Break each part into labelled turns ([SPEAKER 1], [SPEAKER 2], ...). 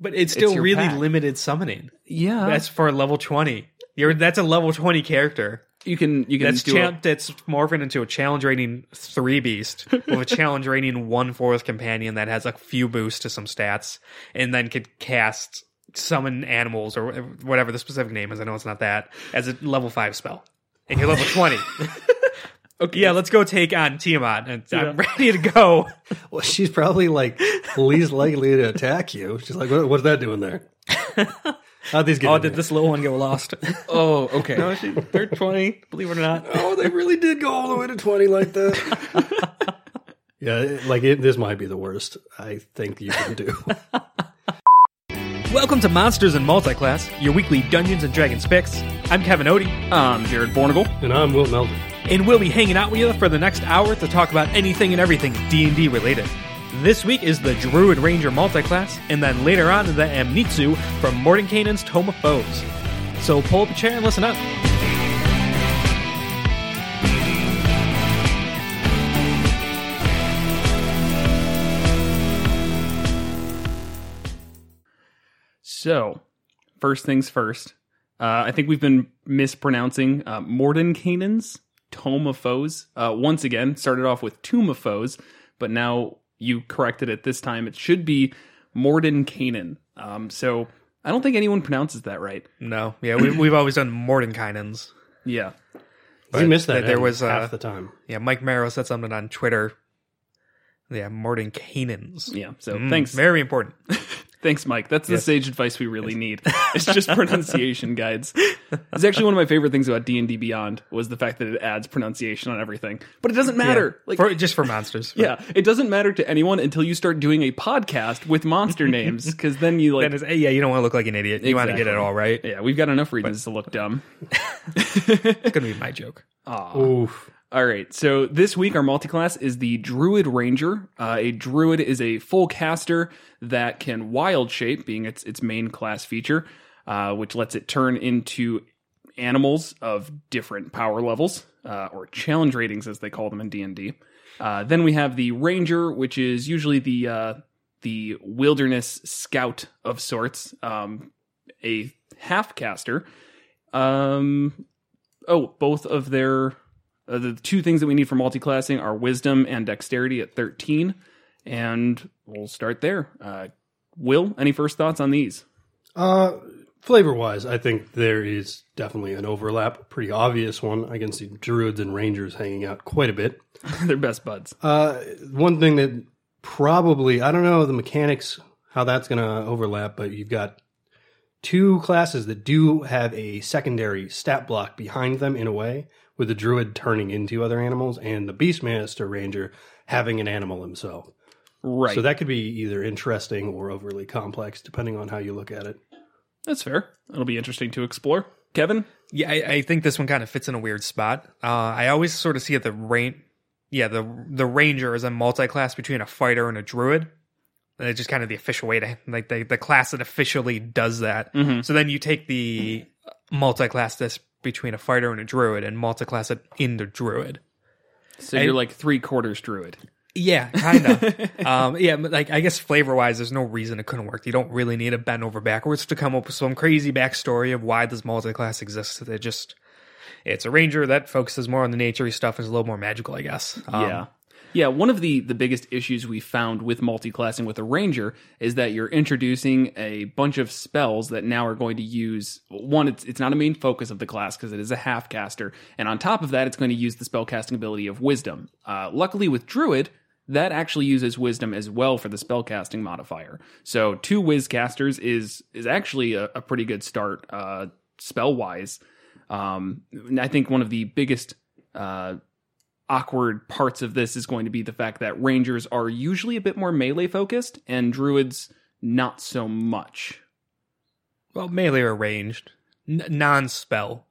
[SPEAKER 1] But it's still
[SPEAKER 2] your
[SPEAKER 1] really
[SPEAKER 2] pack.
[SPEAKER 1] limited summoning.
[SPEAKER 2] Yeah,
[SPEAKER 1] That's for level 20. You're, that's a level 20 character.
[SPEAKER 2] you can you can
[SPEAKER 1] That's
[SPEAKER 2] do
[SPEAKER 1] cha-
[SPEAKER 2] it.
[SPEAKER 1] that's morphing into a challenge rating three beast with a challenge rating one fourth companion that has a few boosts to some stats, and then could cast summon animals or whatever the specific name is. I know it's not that as a level five spell, and you're level twenty.
[SPEAKER 2] Okay.
[SPEAKER 1] Yeah, let's go take on Tiamat. And I'm ready to go.
[SPEAKER 3] Well, she's probably like least likely to attack you. She's like, what, what's that doing there? How'd these get?
[SPEAKER 1] Oh,
[SPEAKER 3] in
[SPEAKER 1] did
[SPEAKER 3] here?
[SPEAKER 1] this little one go lost?
[SPEAKER 2] Oh, okay.
[SPEAKER 1] no, she, they're twenty. Believe it or not.
[SPEAKER 3] oh, they really did go all the way to twenty like that. yeah, it- like it, this might be the worst. I think you can do.
[SPEAKER 1] Welcome to Monsters and Multiclass, your weekly Dungeons and Dragons picks. I'm Kevin Odie.
[SPEAKER 2] Um, Jared Bornegal.
[SPEAKER 3] and I'm Will Melvin.
[SPEAKER 1] and we'll be hanging out with you for the next hour to talk about anything and everything D&D related. This week is the Druid Ranger multiclass, and then later on the Amnitsu from Mordenkainen's Tome of Foes. So pull up a chair and listen up.
[SPEAKER 2] So, first things first. Uh, I think we've been mispronouncing uh, Mordenkainen's Tome of Foes. Uh, once again, started off with Tomb of Foes, but now you corrected it this time. It should be Mordenkainen. Um, so, I don't think anyone pronounces that right.
[SPEAKER 1] No, yeah, we, we've always done Mordenkainen's.
[SPEAKER 2] Yeah.
[SPEAKER 3] You missed that.
[SPEAKER 1] there- there
[SPEAKER 3] half-
[SPEAKER 1] was, uh,
[SPEAKER 3] half the time.
[SPEAKER 1] Yeah, Mike Marrow said something on Twitter. Yeah, Mordenkainen's.
[SPEAKER 2] Yeah. So,
[SPEAKER 1] Mm,
[SPEAKER 2] thanks.
[SPEAKER 1] Very important.
[SPEAKER 2] Thanks, Mike. That's the
[SPEAKER 1] Yes.
[SPEAKER 2] sage advice we really need. It's just pronunciation guides. It's actually one of my favorite things about D and D Beyond was the fact that it adds pronunciation on everything, but it doesn't matter. Like,
[SPEAKER 1] For- just for monsters.
[SPEAKER 2] yeah, it doesn't matter to anyone until you start doing a podcast with monster names, because then you like,
[SPEAKER 1] That is, yeah, you don't want to look like an idiot. You want to get it
[SPEAKER 2] Exactly.
[SPEAKER 1] all right.
[SPEAKER 2] yeah, we've got enough reasons to look dumb.
[SPEAKER 1] It's going to be my joke.
[SPEAKER 2] Aw.
[SPEAKER 3] Oof.
[SPEAKER 2] All right. So this week, our multiclass is the Druid Ranger. Uh, a Druid is a full caster that can wild shape, being its its main class feature, uh, which lets it turn into animals of different power levels uh, or challenge ratings, as they call them in D anD D. Then we have the Ranger, which is usually the uh, the wilderness scout of sorts, um, a half caster. Um, oh, both of their uh, the two things that we need for multiclassing are wisdom and dexterity at 13. And we'll start there. Uh, Will, any first thoughts on these?
[SPEAKER 3] Uh, flavor wise, I think there is definitely an overlap, pretty obvious one. I can see druids and rangers hanging out quite a bit.
[SPEAKER 2] They're best buds.
[SPEAKER 3] Uh, one thing that probably I don't know the mechanics how that's going to overlap, but you've got two classes that do have a secondary stat block behind them in a way, with the druid turning into other animals and the beastmaster ranger having an animal himself.
[SPEAKER 2] Right.
[SPEAKER 3] So that could be either interesting or overly complex, depending on how you look at it.
[SPEAKER 2] That's fair. It'll be interesting to explore. Kevin?
[SPEAKER 1] Yeah, I, I think this one kind of fits in a weird spot. Uh, I always sort of see it the rain, yeah, the the ranger is a multi-class between a fighter and a druid. And it's just kind of the official way to like the the class that officially does that. So then you take the multi-class that's between a fighter and a druid, and multi-class it into druid.
[SPEAKER 2] So
[SPEAKER 1] I-
[SPEAKER 2] you're like three quarters druid.
[SPEAKER 1] Yeah, kind of. um, yeah, but, like I guess flavor wise, there's no reason it couldn't work. You don't really need to bend over backwards to come up with some crazy backstory of why this multi-class exists. They just it's a ranger that focuses more on the naturey stuff and is a little more magical, I guess. Um,
[SPEAKER 2] yeah. Yeah, one of the, the biggest issues we found with multiclassing with a ranger is that you're introducing a bunch of spells that now are going to use one, it's it's not a main focus of the class because it is a half caster, and on top of that, it's going to use the spell casting ability of wisdom. Uh, luckily with Druid, that actually uses wisdom as well for the spellcasting modifier. So two whiz casters is is actually a, a pretty good start uh, spell wise. Um, and I think one of the biggest uh, awkward parts of this is going to be the fact that rangers are usually a bit more melee focused and druids not so much.
[SPEAKER 1] Well, melee or ranged, n- non-spell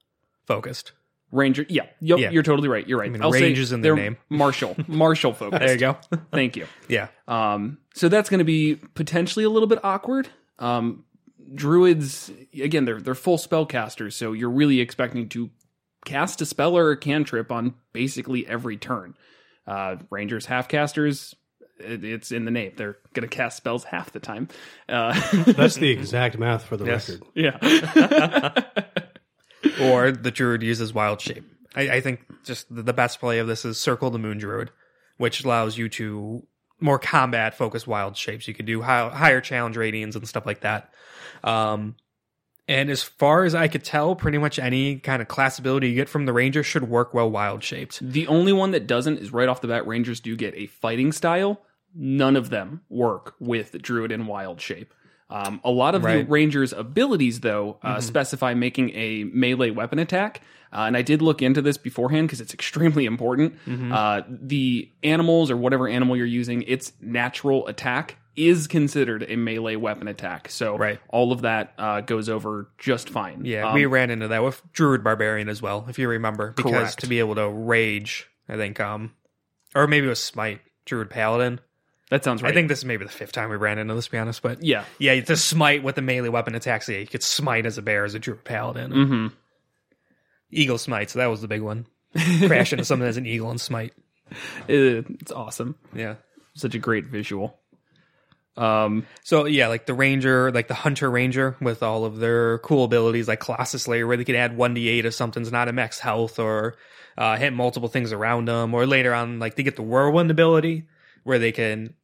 [SPEAKER 1] focused.
[SPEAKER 2] Ranger, yeah, yep,
[SPEAKER 1] Yeah.
[SPEAKER 2] you're totally right. You're right.
[SPEAKER 1] mean,
[SPEAKER 2] I'll say
[SPEAKER 1] range is in their
[SPEAKER 2] they're
[SPEAKER 1] name.
[SPEAKER 2] Martial, martial focused.
[SPEAKER 1] There you go.
[SPEAKER 2] Thank you.
[SPEAKER 1] yeah.
[SPEAKER 2] Um, so that's going to be potentially a little bit awkward. Um, druids, again, they're they're full spellcasters, so you're really expecting to cast a spell or a cantrip on basically every turn. Uh, rangers, half casters, it, it's in the name. They're going to cast spells half the time. Uh,
[SPEAKER 3] That's the exact math for the
[SPEAKER 1] Yes.
[SPEAKER 3] record.
[SPEAKER 2] yeah.
[SPEAKER 1] or the druid uses wild shape. I, I think just the, the best play of this is circle the moon druid, which allows you to more combat focus wild shapes. You could do hi- higher challenge ratings and stuff like that. Um, and as far as I could tell, pretty much any kind of class ability you get from the ranger should work well wild shaped.
[SPEAKER 2] The only one that doesn't is right off the bat. Rangers do get a fighting style. None of them work with druid and wild shape. Um, a lot of
[SPEAKER 1] Right. Mm-hmm.
[SPEAKER 2] the ranger's abilities, though, uh, specify making a melee weapon attack. Uh, and I did look into this beforehand because it's extremely important.
[SPEAKER 1] Mm-hmm.
[SPEAKER 2] Uh, the animals or whatever animal you're using, its natural attack is considered a melee weapon attack. So
[SPEAKER 1] Right.
[SPEAKER 2] all of that uh, goes over just fine.
[SPEAKER 1] Yeah,
[SPEAKER 2] Um,
[SPEAKER 1] we ran into that with druid barbarian as well, if you remember, because
[SPEAKER 2] Correct.
[SPEAKER 1] to be able to rage, I think, um, or maybe it was smite druid paladin.
[SPEAKER 2] that sounds right.
[SPEAKER 1] I think this is maybe the fifth time we ran into this. To be honest, but
[SPEAKER 2] yeah.
[SPEAKER 1] Yeah, to smite with a melee weapon attacks. Yeah, you could smite as a bear, as a druid paladin.
[SPEAKER 2] hmm
[SPEAKER 1] Eagle smite, so that was the big one. Crash into something as an eagle and smite.
[SPEAKER 2] Uh, it's awesome.
[SPEAKER 1] Yeah.
[SPEAKER 2] such a great visual. Um,
[SPEAKER 1] So yeah, like the ranger, like the hunter ranger with all of their cool abilities, like Colossus Slayer, where they could add one d eight if something's not at max health or uh, hit multiple things around them, or later on, like they get the whirlwind ability where they can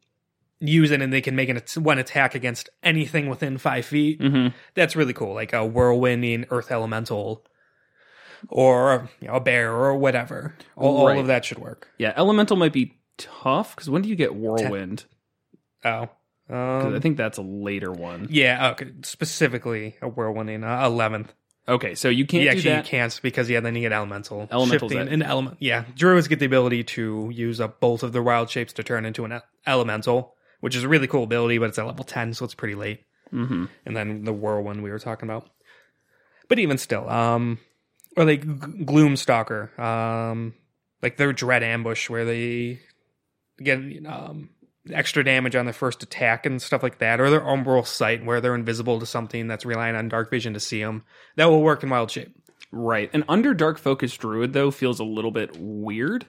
[SPEAKER 1] use it and they can make an at- one attack against anything within five feet.
[SPEAKER 2] mhm.
[SPEAKER 1] that's really cool. Like a whirlwind in Earth Elemental, or you know, a bear, or whatever. All, all
[SPEAKER 2] Right.
[SPEAKER 1] of that should work.
[SPEAKER 2] Yeah, elemental might be tough because when do you get whirlwind?
[SPEAKER 1] Oh,
[SPEAKER 2] 'Cause
[SPEAKER 1] um,
[SPEAKER 2] I think that's a later one.
[SPEAKER 1] yeah. Okay, specifically a whirlwind in uh, eleventh.
[SPEAKER 2] Okay, so you can't
[SPEAKER 1] You
[SPEAKER 2] do
[SPEAKER 1] actually
[SPEAKER 2] that.
[SPEAKER 1] can't because yeah, then you get elemental.
[SPEAKER 2] Elemental's
[SPEAKER 1] Shifting
[SPEAKER 2] it.
[SPEAKER 1] and element. Yeah, druids get the ability to use up both of their wild shapes to turn into an e- elemental, which is a really cool ability, but it's at level ten, so it's pretty late.
[SPEAKER 2] hmm
[SPEAKER 1] and then the whirlwind we were talking about. But even still, um, or like G- Gloomstalker, um, like their Dread Ambush, where they get um extra damage on their first attack and stuff like that, or their Umbral Sight, where they're invisible to something that's relying on dark vision to see them. That will work in Wild Shape.
[SPEAKER 2] Right. An under dark focus druid though feels a little bit weird.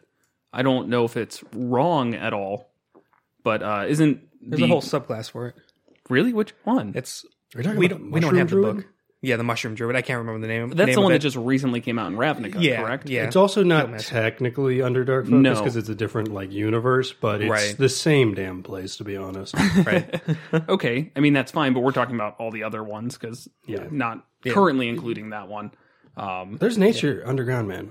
[SPEAKER 2] I don't know if it's wrong at all, but uh, isn't
[SPEAKER 1] There's
[SPEAKER 2] the
[SPEAKER 1] a whole subclass for it.
[SPEAKER 2] really which one?
[SPEAKER 1] It's
[SPEAKER 3] Are you talking
[SPEAKER 1] we
[SPEAKER 3] about
[SPEAKER 1] don't we don't
[SPEAKER 3] Mushroom
[SPEAKER 1] have
[SPEAKER 3] Druid?
[SPEAKER 1] the book. Yeah, the Mushroom Druid. I can't remember the name.
[SPEAKER 2] that's
[SPEAKER 1] name
[SPEAKER 2] the
[SPEAKER 1] of
[SPEAKER 2] one that
[SPEAKER 1] it.
[SPEAKER 2] just recently came out in Ravnica,
[SPEAKER 1] yeah,
[SPEAKER 2] correct?
[SPEAKER 1] Yeah,
[SPEAKER 3] It's also
[SPEAKER 1] Don't
[SPEAKER 3] not
[SPEAKER 1] mess.
[SPEAKER 3] technically Underdark
[SPEAKER 2] No.
[SPEAKER 3] Focus because it's a different like universe, but it's
[SPEAKER 1] Right.
[SPEAKER 3] the same damn place to be honest.
[SPEAKER 1] right.
[SPEAKER 2] okay. I mean, that's fine, but we're talking about all the other ones because
[SPEAKER 3] Yeah.
[SPEAKER 2] not
[SPEAKER 1] Yeah.
[SPEAKER 2] currently including that one. Um,
[SPEAKER 3] There's nature underground, man.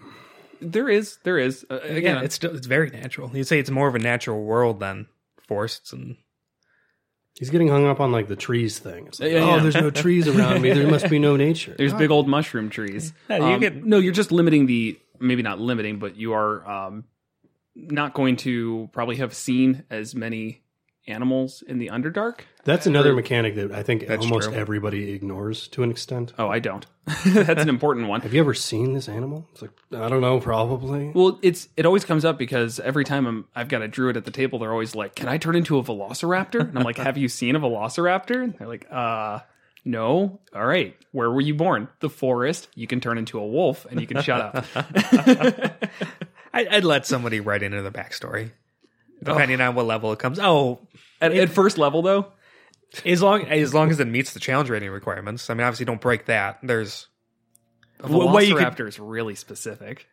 [SPEAKER 2] There is, there is. Uh, again,
[SPEAKER 1] yeah, it's still it's very natural. You'd say it's more of a natural world than forests and
[SPEAKER 3] He's getting hung up on like the trees thing. It's like,
[SPEAKER 2] Yeah, yeah.
[SPEAKER 3] Oh, there's no trees around me. There must be no nature.
[SPEAKER 2] there's big old mushroom trees.
[SPEAKER 1] Yeah, you
[SPEAKER 2] Um,
[SPEAKER 1] could-
[SPEAKER 2] no, you're just limiting the maybe not limiting, but you are um, not going to probably have seen as many animals in the Underdark.
[SPEAKER 3] That's another mechanic that I think
[SPEAKER 1] That's
[SPEAKER 3] almost
[SPEAKER 1] true.
[SPEAKER 3] everybody ignores to an extent.
[SPEAKER 2] Oh, I don't. That's an important one.
[SPEAKER 3] Have you ever seen this animal? It's like I don't know, probably.
[SPEAKER 2] Well, it's it always comes up because every time I'm I've got a druid at the table, they're always like, "Can I turn into a velociraptor?" And I'm like, "Have you seen a velociraptor?" And they're like, "Uh, no. All right. Where were you born? The forest. You can turn into a wolf, and you can shut up."
[SPEAKER 1] I, I'd let somebody write into the backstory, depending on what level it comes. Oh,
[SPEAKER 2] At, at first level, though,
[SPEAKER 1] as long as long as it meets the challenge rating requirements. I mean, obviously, don't break that. There's
[SPEAKER 2] a
[SPEAKER 1] Well, well, you could-
[SPEAKER 2] Velociraptor is really specific.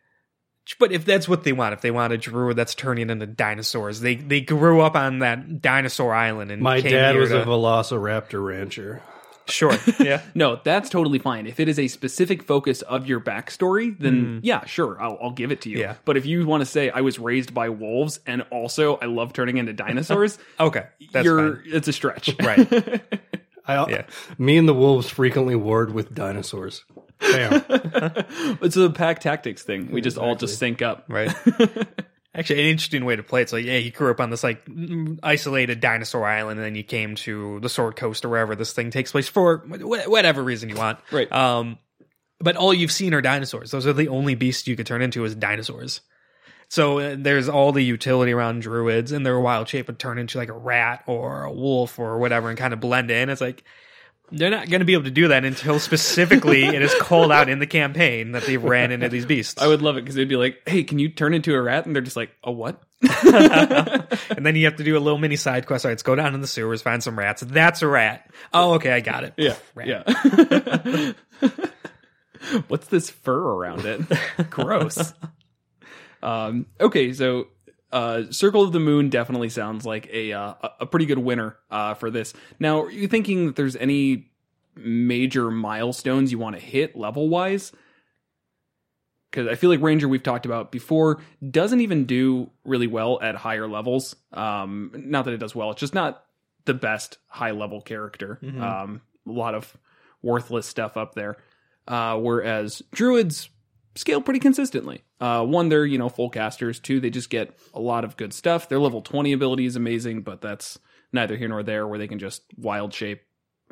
[SPEAKER 1] but if that's what they want, if they want a druid that's turning into dinosaurs, they they grew up on that dinosaur island and
[SPEAKER 3] My
[SPEAKER 1] came
[SPEAKER 3] dad
[SPEAKER 1] here
[SPEAKER 3] was
[SPEAKER 1] to,
[SPEAKER 3] a velociraptor rancher.
[SPEAKER 1] sure, yeah,
[SPEAKER 2] No, that's totally fine. If it is a specific focus of your backstory, then yeah, sure, I'll, I'll give it to you.
[SPEAKER 1] Yeah.
[SPEAKER 2] But if you want to say I was raised by wolves and also I love turning into dinosaurs,
[SPEAKER 1] okay, that's
[SPEAKER 2] you're it's a stretch.
[SPEAKER 1] fine. right.
[SPEAKER 3] I,
[SPEAKER 1] Yeah.
[SPEAKER 3] Me and the wolves frequently warred with dinosaurs. Bam.
[SPEAKER 2] It's a pack tactics thing. We just all just sync up.
[SPEAKER 1] right? Actually, an interesting way to play it. So, yeah, he grew up on this like mm, isolated dinosaur island, and then you came to the Sword Coast or wherever this thing takes place for wh- whatever reason you want.
[SPEAKER 2] Right.
[SPEAKER 1] Um, but all you've seen are dinosaurs. Those are the only beasts you could turn into is dinosaurs. So uh, there's all the utility around druids, and their wild shape would turn into like a rat or a wolf or whatever, and kind of blend in. It's like They're not going to be able to do that until specifically it is called out in the campaign that they ran into these beasts.
[SPEAKER 2] I would love it because they'd be like, "Hey, can you turn into a rat?" And they're just like, "A what?"
[SPEAKER 1] and then you have to do a little mini side quest. All right, let's go down in the sewers, find some rats. That's a rat. Oh, okay, I got it.
[SPEAKER 2] Yeah.
[SPEAKER 1] Rat.
[SPEAKER 2] Yeah. What's this fur around it? Gross. um, okay, so uh, Circle of the Moon definitely sounds like a uh, a- a pretty good winner uh, for this. Now, are you thinking that there's any major milestones you want to hit level wise? Because I feel like Ranger, we've talked about before, doesn't even do really well at higher levels. Um, not that it does well; it's just not the best high level character.
[SPEAKER 1] Mhm.
[SPEAKER 2] Um, a lot of worthless stuff up there. Uh, whereas druids scale pretty consistently. Uh, one, they're you know full casters. Two, they just get a lot of good stuff. Their level twenty ability is amazing, but that's neither here nor there. Where they can just wild shape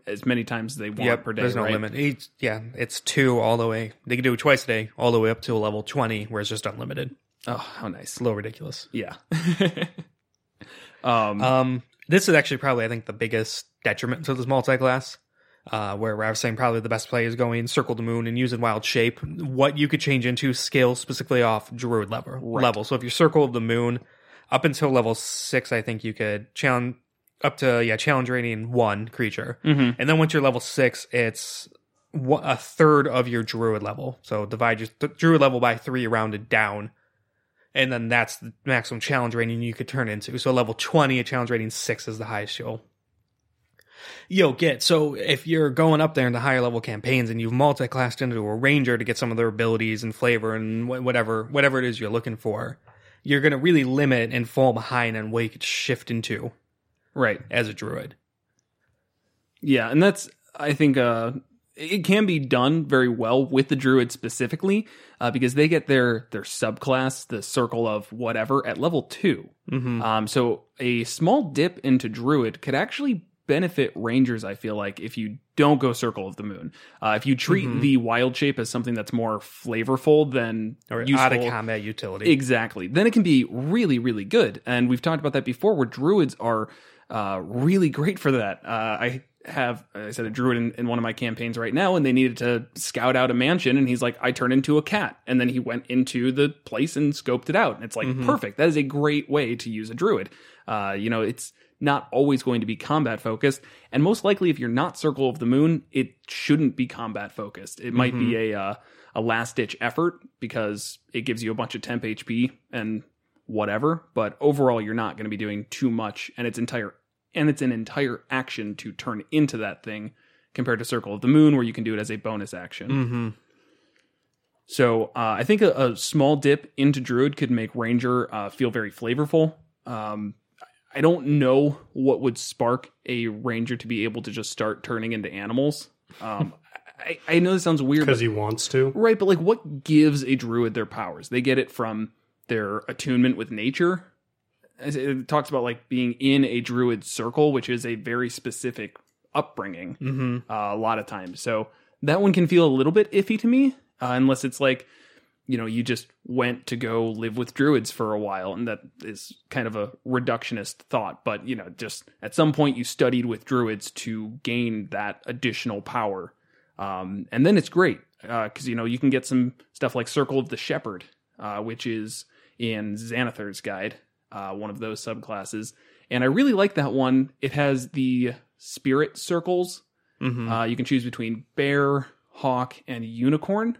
[SPEAKER 2] as many times as they want
[SPEAKER 1] Yep,
[SPEAKER 2] per day.
[SPEAKER 1] there's no
[SPEAKER 2] right?
[SPEAKER 1] limit. Each, yeah, it's two all the way. They can do it twice a day, all the way up to a level 20, where it's just unlimited.
[SPEAKER 2] Oh, how nice.
[SPEAKER 1] It's a little ridiculous.
[SPEAKER 2] Yeah. um,
[SPEAKER 1] Um, this is actually probably, I think, the biggest detriment to this multi-class. Uh, where I was saying probably the best play is going circle the moon and using wild shape. What you could change into scale specifically off druid level
[SPEAKER 2] Right.
[SPEAKER 1] level. So if you circle the moon up until level six, I think you could challenge up to yeah challenge rating one creature,
[SPEAKER 2] mhm.
[SPEAKER 1] and then once you're level six, it's one, a third of your druid level. So divide your th- druid level by three, rounded down, and then that's the maximum challenge rating you could turn into. So level twenty, a challenge rating six is the highest you'll you'll get. So if you're going up there into higher level campaigns and you've multi-classed into a ranger to get some of their abilities and flavor and wh- whatever whatever it is you're looking for, you're going to really limit and fall behind on what you could shift into
[SPEAKER 2] Right.
[SPEAKER 1] as a druid.
[SPEAKER 2] Yeah, and that's I think uh it can be done very well with the druid specifically uh, because they get their their subclass, the circle of whatever, at level two.
[SPEAKER 1] Mm-hmm.
[SPEAKER 2] Um, so a small dip into Druid could actually benefit Rangers. I feel like if you don't go Circle of the Moon, uh, if you treat
[SPEAKER 1] Mhm.
[SPEAKER 2] the Wild Shape as something that's more flavorful than
[SPEAKER 1] Or out of
[SPEAKER 2] useful,
[SPEAKER 1] combat utility.
[SPEAKER 2] exactly, then it can be really, really good. And we've talked about that before, where Druids are uh, really great for that. Uh, I have I said a druid in, in one of my campaigns right now, and they needed to scout out a mansion, and he's like, I turned into a cat, and then he went into the place and scoped it out, and it's like
[SPEAKER 1] Mhm.
[SPEAKER 2] perfect. That is a great way to use a druid. Uh, you know, it's not always going to be combat focused, and most likely, if you're not Circle of the Moon, it shouldn't be combat focused. It might be a uh, a last ditch effort because it gives you a bunch of temp HP and whatever, but overall, you're not going to be doing too much, and its entire and it's an entire action to turn into that thing compared to circle of the moon where you can do it as a bonus action
[SPEAKER 1] Mm-hmm.
[SPEAKER 2] so uh, i think a, a small dip into druid could make ranger uh, feel very flavorful um, i don't know what would spark a ranger to be able to just start turning into animals um, I, I know this sounds weird but
[SPEAKER 3] because he wants to.
[SPEAKER 2] Right, but like what gives a druid their powers? They get it from their attunement with nature. As It talks about like being in a druid circle, which is a very specific upbringing
[SPEAKER 1] Mm-hmm.
[SPEAKER 2] uh, a lot of times. So that one can feel a little bit iffy to me, uh, unless it's like, you know, you just went to go live with druids for a while, and that is kind of a reductionist thought. But you know, just at some point you studied with druids to gain that additional power, um, and then it's great because you know you can get some stuff like Circle of the Shepherd, uh, which is in Xanathar's Guide, uh, one of those subclasses. And I really like that one. It has the spirit circles
[SPEAKER 1] Mm-hmm.
[SPEAKER 2] uh, you can choose between bear, hawk, and unicorn.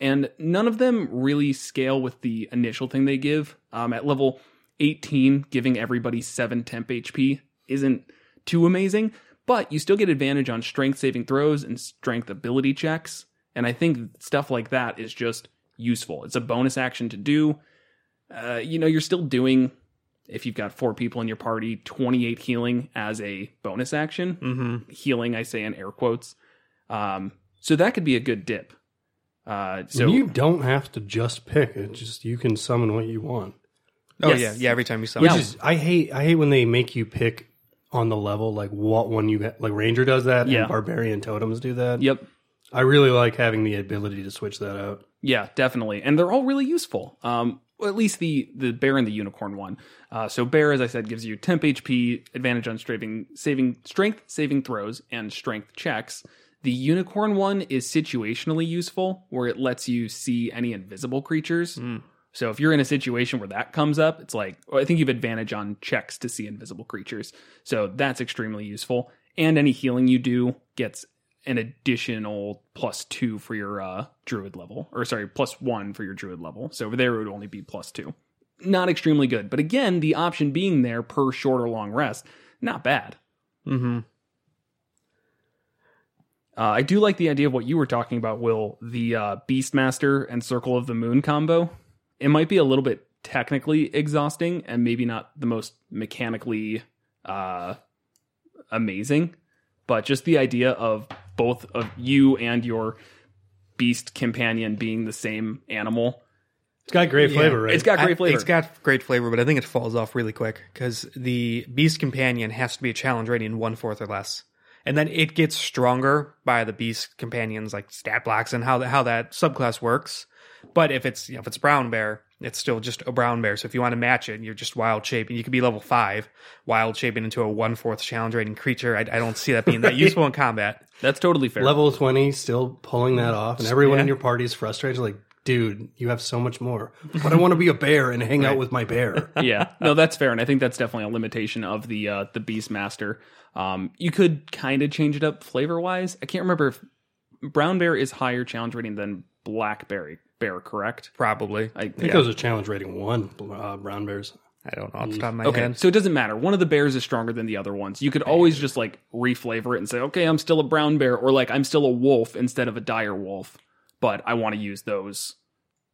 [SPEAKER 2] And none of them really scale with the initial thing they give. Um, at level 18, giving everybody 7 temp HP isn't too amazing, but you still get advantage on strength saving throws and strength ability checks. And I think stuff like that is just useful. It's a bonus action to do. Uh, you know, you're still doing, if you've got four people in your party, 28 healing as a bonus action
[SPEAKER 1] mm-hmm.
[SPEAKER 2] healing i say in air quotes um so that could be a good dip uh so
[SPEAKER 3] you don't have to just pick. It just you can summon what you want.
[SPEAKER 1] Oh
[SPEAKER 2] Yes.
[SPEAKER 1] yeah, yeah. Every time you saw,
[SPEAKER 2] Which
[SPEAKER 1] it.
[SPEAKER 2] Yeah.
[SPEAKER 3] Which is- I hate. I hate when they make you pick on the level like what one you ha- like. Ranger does that.
[SPEAKER 2] Yeah.
[SPEAKER 3] and Barbarian totems do that.
[SPEAKER 2] yep
[SPEAKER 3] I really like having the ability to switch that out.
[SPEAKER 2] Yeah, definitely. And they're all really useful. Um, well, at least the the bear and the unicorn one. Uh, so bear, as I said, gives you temp HP, advantage on saving, saving strength saving throws, and strength checks. The unicorn one is situationally useful, where it lets you see any invisible creatures. So if you're in a situation where that comes up, it's like well, I think you have advantage on checks to see invisible creatures. So that's extremely useful. And any healing you do gets an additional plus two for your uh, druid level, or sorry, plus one for your druid level. So over there it would only be plus two. Not extremely good, but again, the option being there per short or long rest, not bad.
[SPEAKER 3] Mm-hmm.
[SPEAKER 2] Uh, I do like the idea of what you were talking about, Will, the uh, Beastmaster and Circle of the Moon combo. It might be a little bit technically exhausting and maybe not the most mechanically uh, amazing, but just the idea of both of you and your beast companion being the same animal.
[SPEAKER 3] It's got great
[SPEAKER 1] Yeah.
[SPEAKER 3] flavor, right?
[SPEAKER 2] It's got
[SPEAKER 1] I-
[SPEAKER 2] great flavor.
[SPEAKER 1] It's got great flavor, but I think it falls off really quick because the Beast Companion has to be a challenge rating one fourth or less, and then it gets stronger by the Beast Companions like stat blocks and how how that subclass works. But if it's you know, if it's brown bear, it's still just a brown bear. So if you want to match it, you're just wild shaping. You could be level five, wild shaping into a one fourth challenge rating creature. I, I don't see that being that useful in combat.
[SPEAKER 2] That's totally fair.
[SPEAKER 3] Level 20, still pulling that off. And everyone
[SPEAKER 1] Yeah.
[SPEAKER 3] in your party is frustrated. Like, dude, you have so much more. But I want to be a bear and hang out with my bear.
[SPEAKER 2] yeah, no, that's fair, and I think that's definitely a limitation of the uh, the Beastmaster. Um, you could kind of change it up flavor wise. I can't remember if brown bear is higher challenge rating than blackberry bear, correct?
[SPEAKER 1] Probably.
[SPEAKER 2] I
[SPEAKER 3] I think
[SPEAKER 2] yeah.
[SPEAKER 3] those are challenge rating one, uh, brown bears.
[SPEAKER 1] I don't know off the top of my
[SPEAKER 2] Okay,
[SPEAKER 1] head.
[SPEAKER 2] so it doesn't matter. One of the bears is stronger than the other ones. You could always just like reflavor it and say, okay, I'm still a brown bear, or like I'm still a wolf instead of a dire wolf, but I want to use those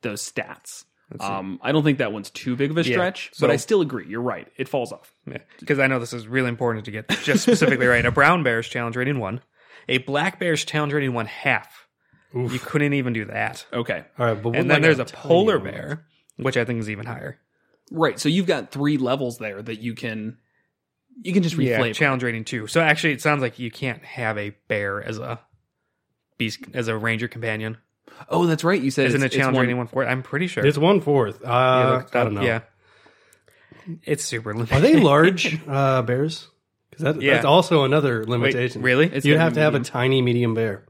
[SPEAKER 2] those stats. Um, I don't think that one's too big of a
[SPEAKER 1] Yeah,
[SPEAKER 2] stretch,
[SPEAKER 1] so-
[SPEAKER 2] but I still agree. You're right; it falls off.
[SPEAKER 1] because I know this is really important to get just specifically right. A brown bear's challenge rating one, a black bear's challenge rating one half. You couldn't even do that.
[SPEAKER 2] Okay,
[SPEAKER 3] All right, but what,
[SPEAKER 1] And then
[SPEAKER 3] like,
[SPEAKER 1] there's a
[SPEAKER 3] tiny
[SPEAKER 1] polar
[SPEAKER 3] one?
[SPEAKER 1] bear, which I think is even higher.
[SPEAKER 2] Right. So you've got three levels there that you can you can just reflavor.
[SPEAKER 1] Yeah, challenge rating two. So actually, it sounds like you can't have a bear as a beast as a ranger companion.
[SPEAKER 2] oh, that's right. You said
[SPEAKER 1] Isn't it
[SPEAKER 2] it's,
[SPEAKER 1] challenge
[SPEAKER 2] it's
[SPEAKER 1] rating one four? I'm pretty sure.
[SPEAKER 3] It's one fourth. Uh,
[SPEAKER 1] Yeah,
[SPEAKER 3] I
[SPEAKER 1] look that
[SPEAKER 3] don't
[SPEAKER 1] up.
[SPEAKER 3] know.
[SPEAKER 1] Yeah, it's super limited.
[SPEAKER 3] Are they large uh, bears? Because that,
[SPEAKER 1] Yeah.
[SPEAKER 3] that's also another
[SPEAKER 1] Wait,
[SPEAKER 3] limitation.
[SPEAKER 1] really?
[SPEAKER 2] It's
[SPEAKER 3] You'd
[SPEAKER 2] gotta
[SPEAKER 3] have
[SPEAKER 2] be
[SPEAKER 3] to have a
[SPEAKER 2] medium.
[SPEAKER 3] tiny medium bear.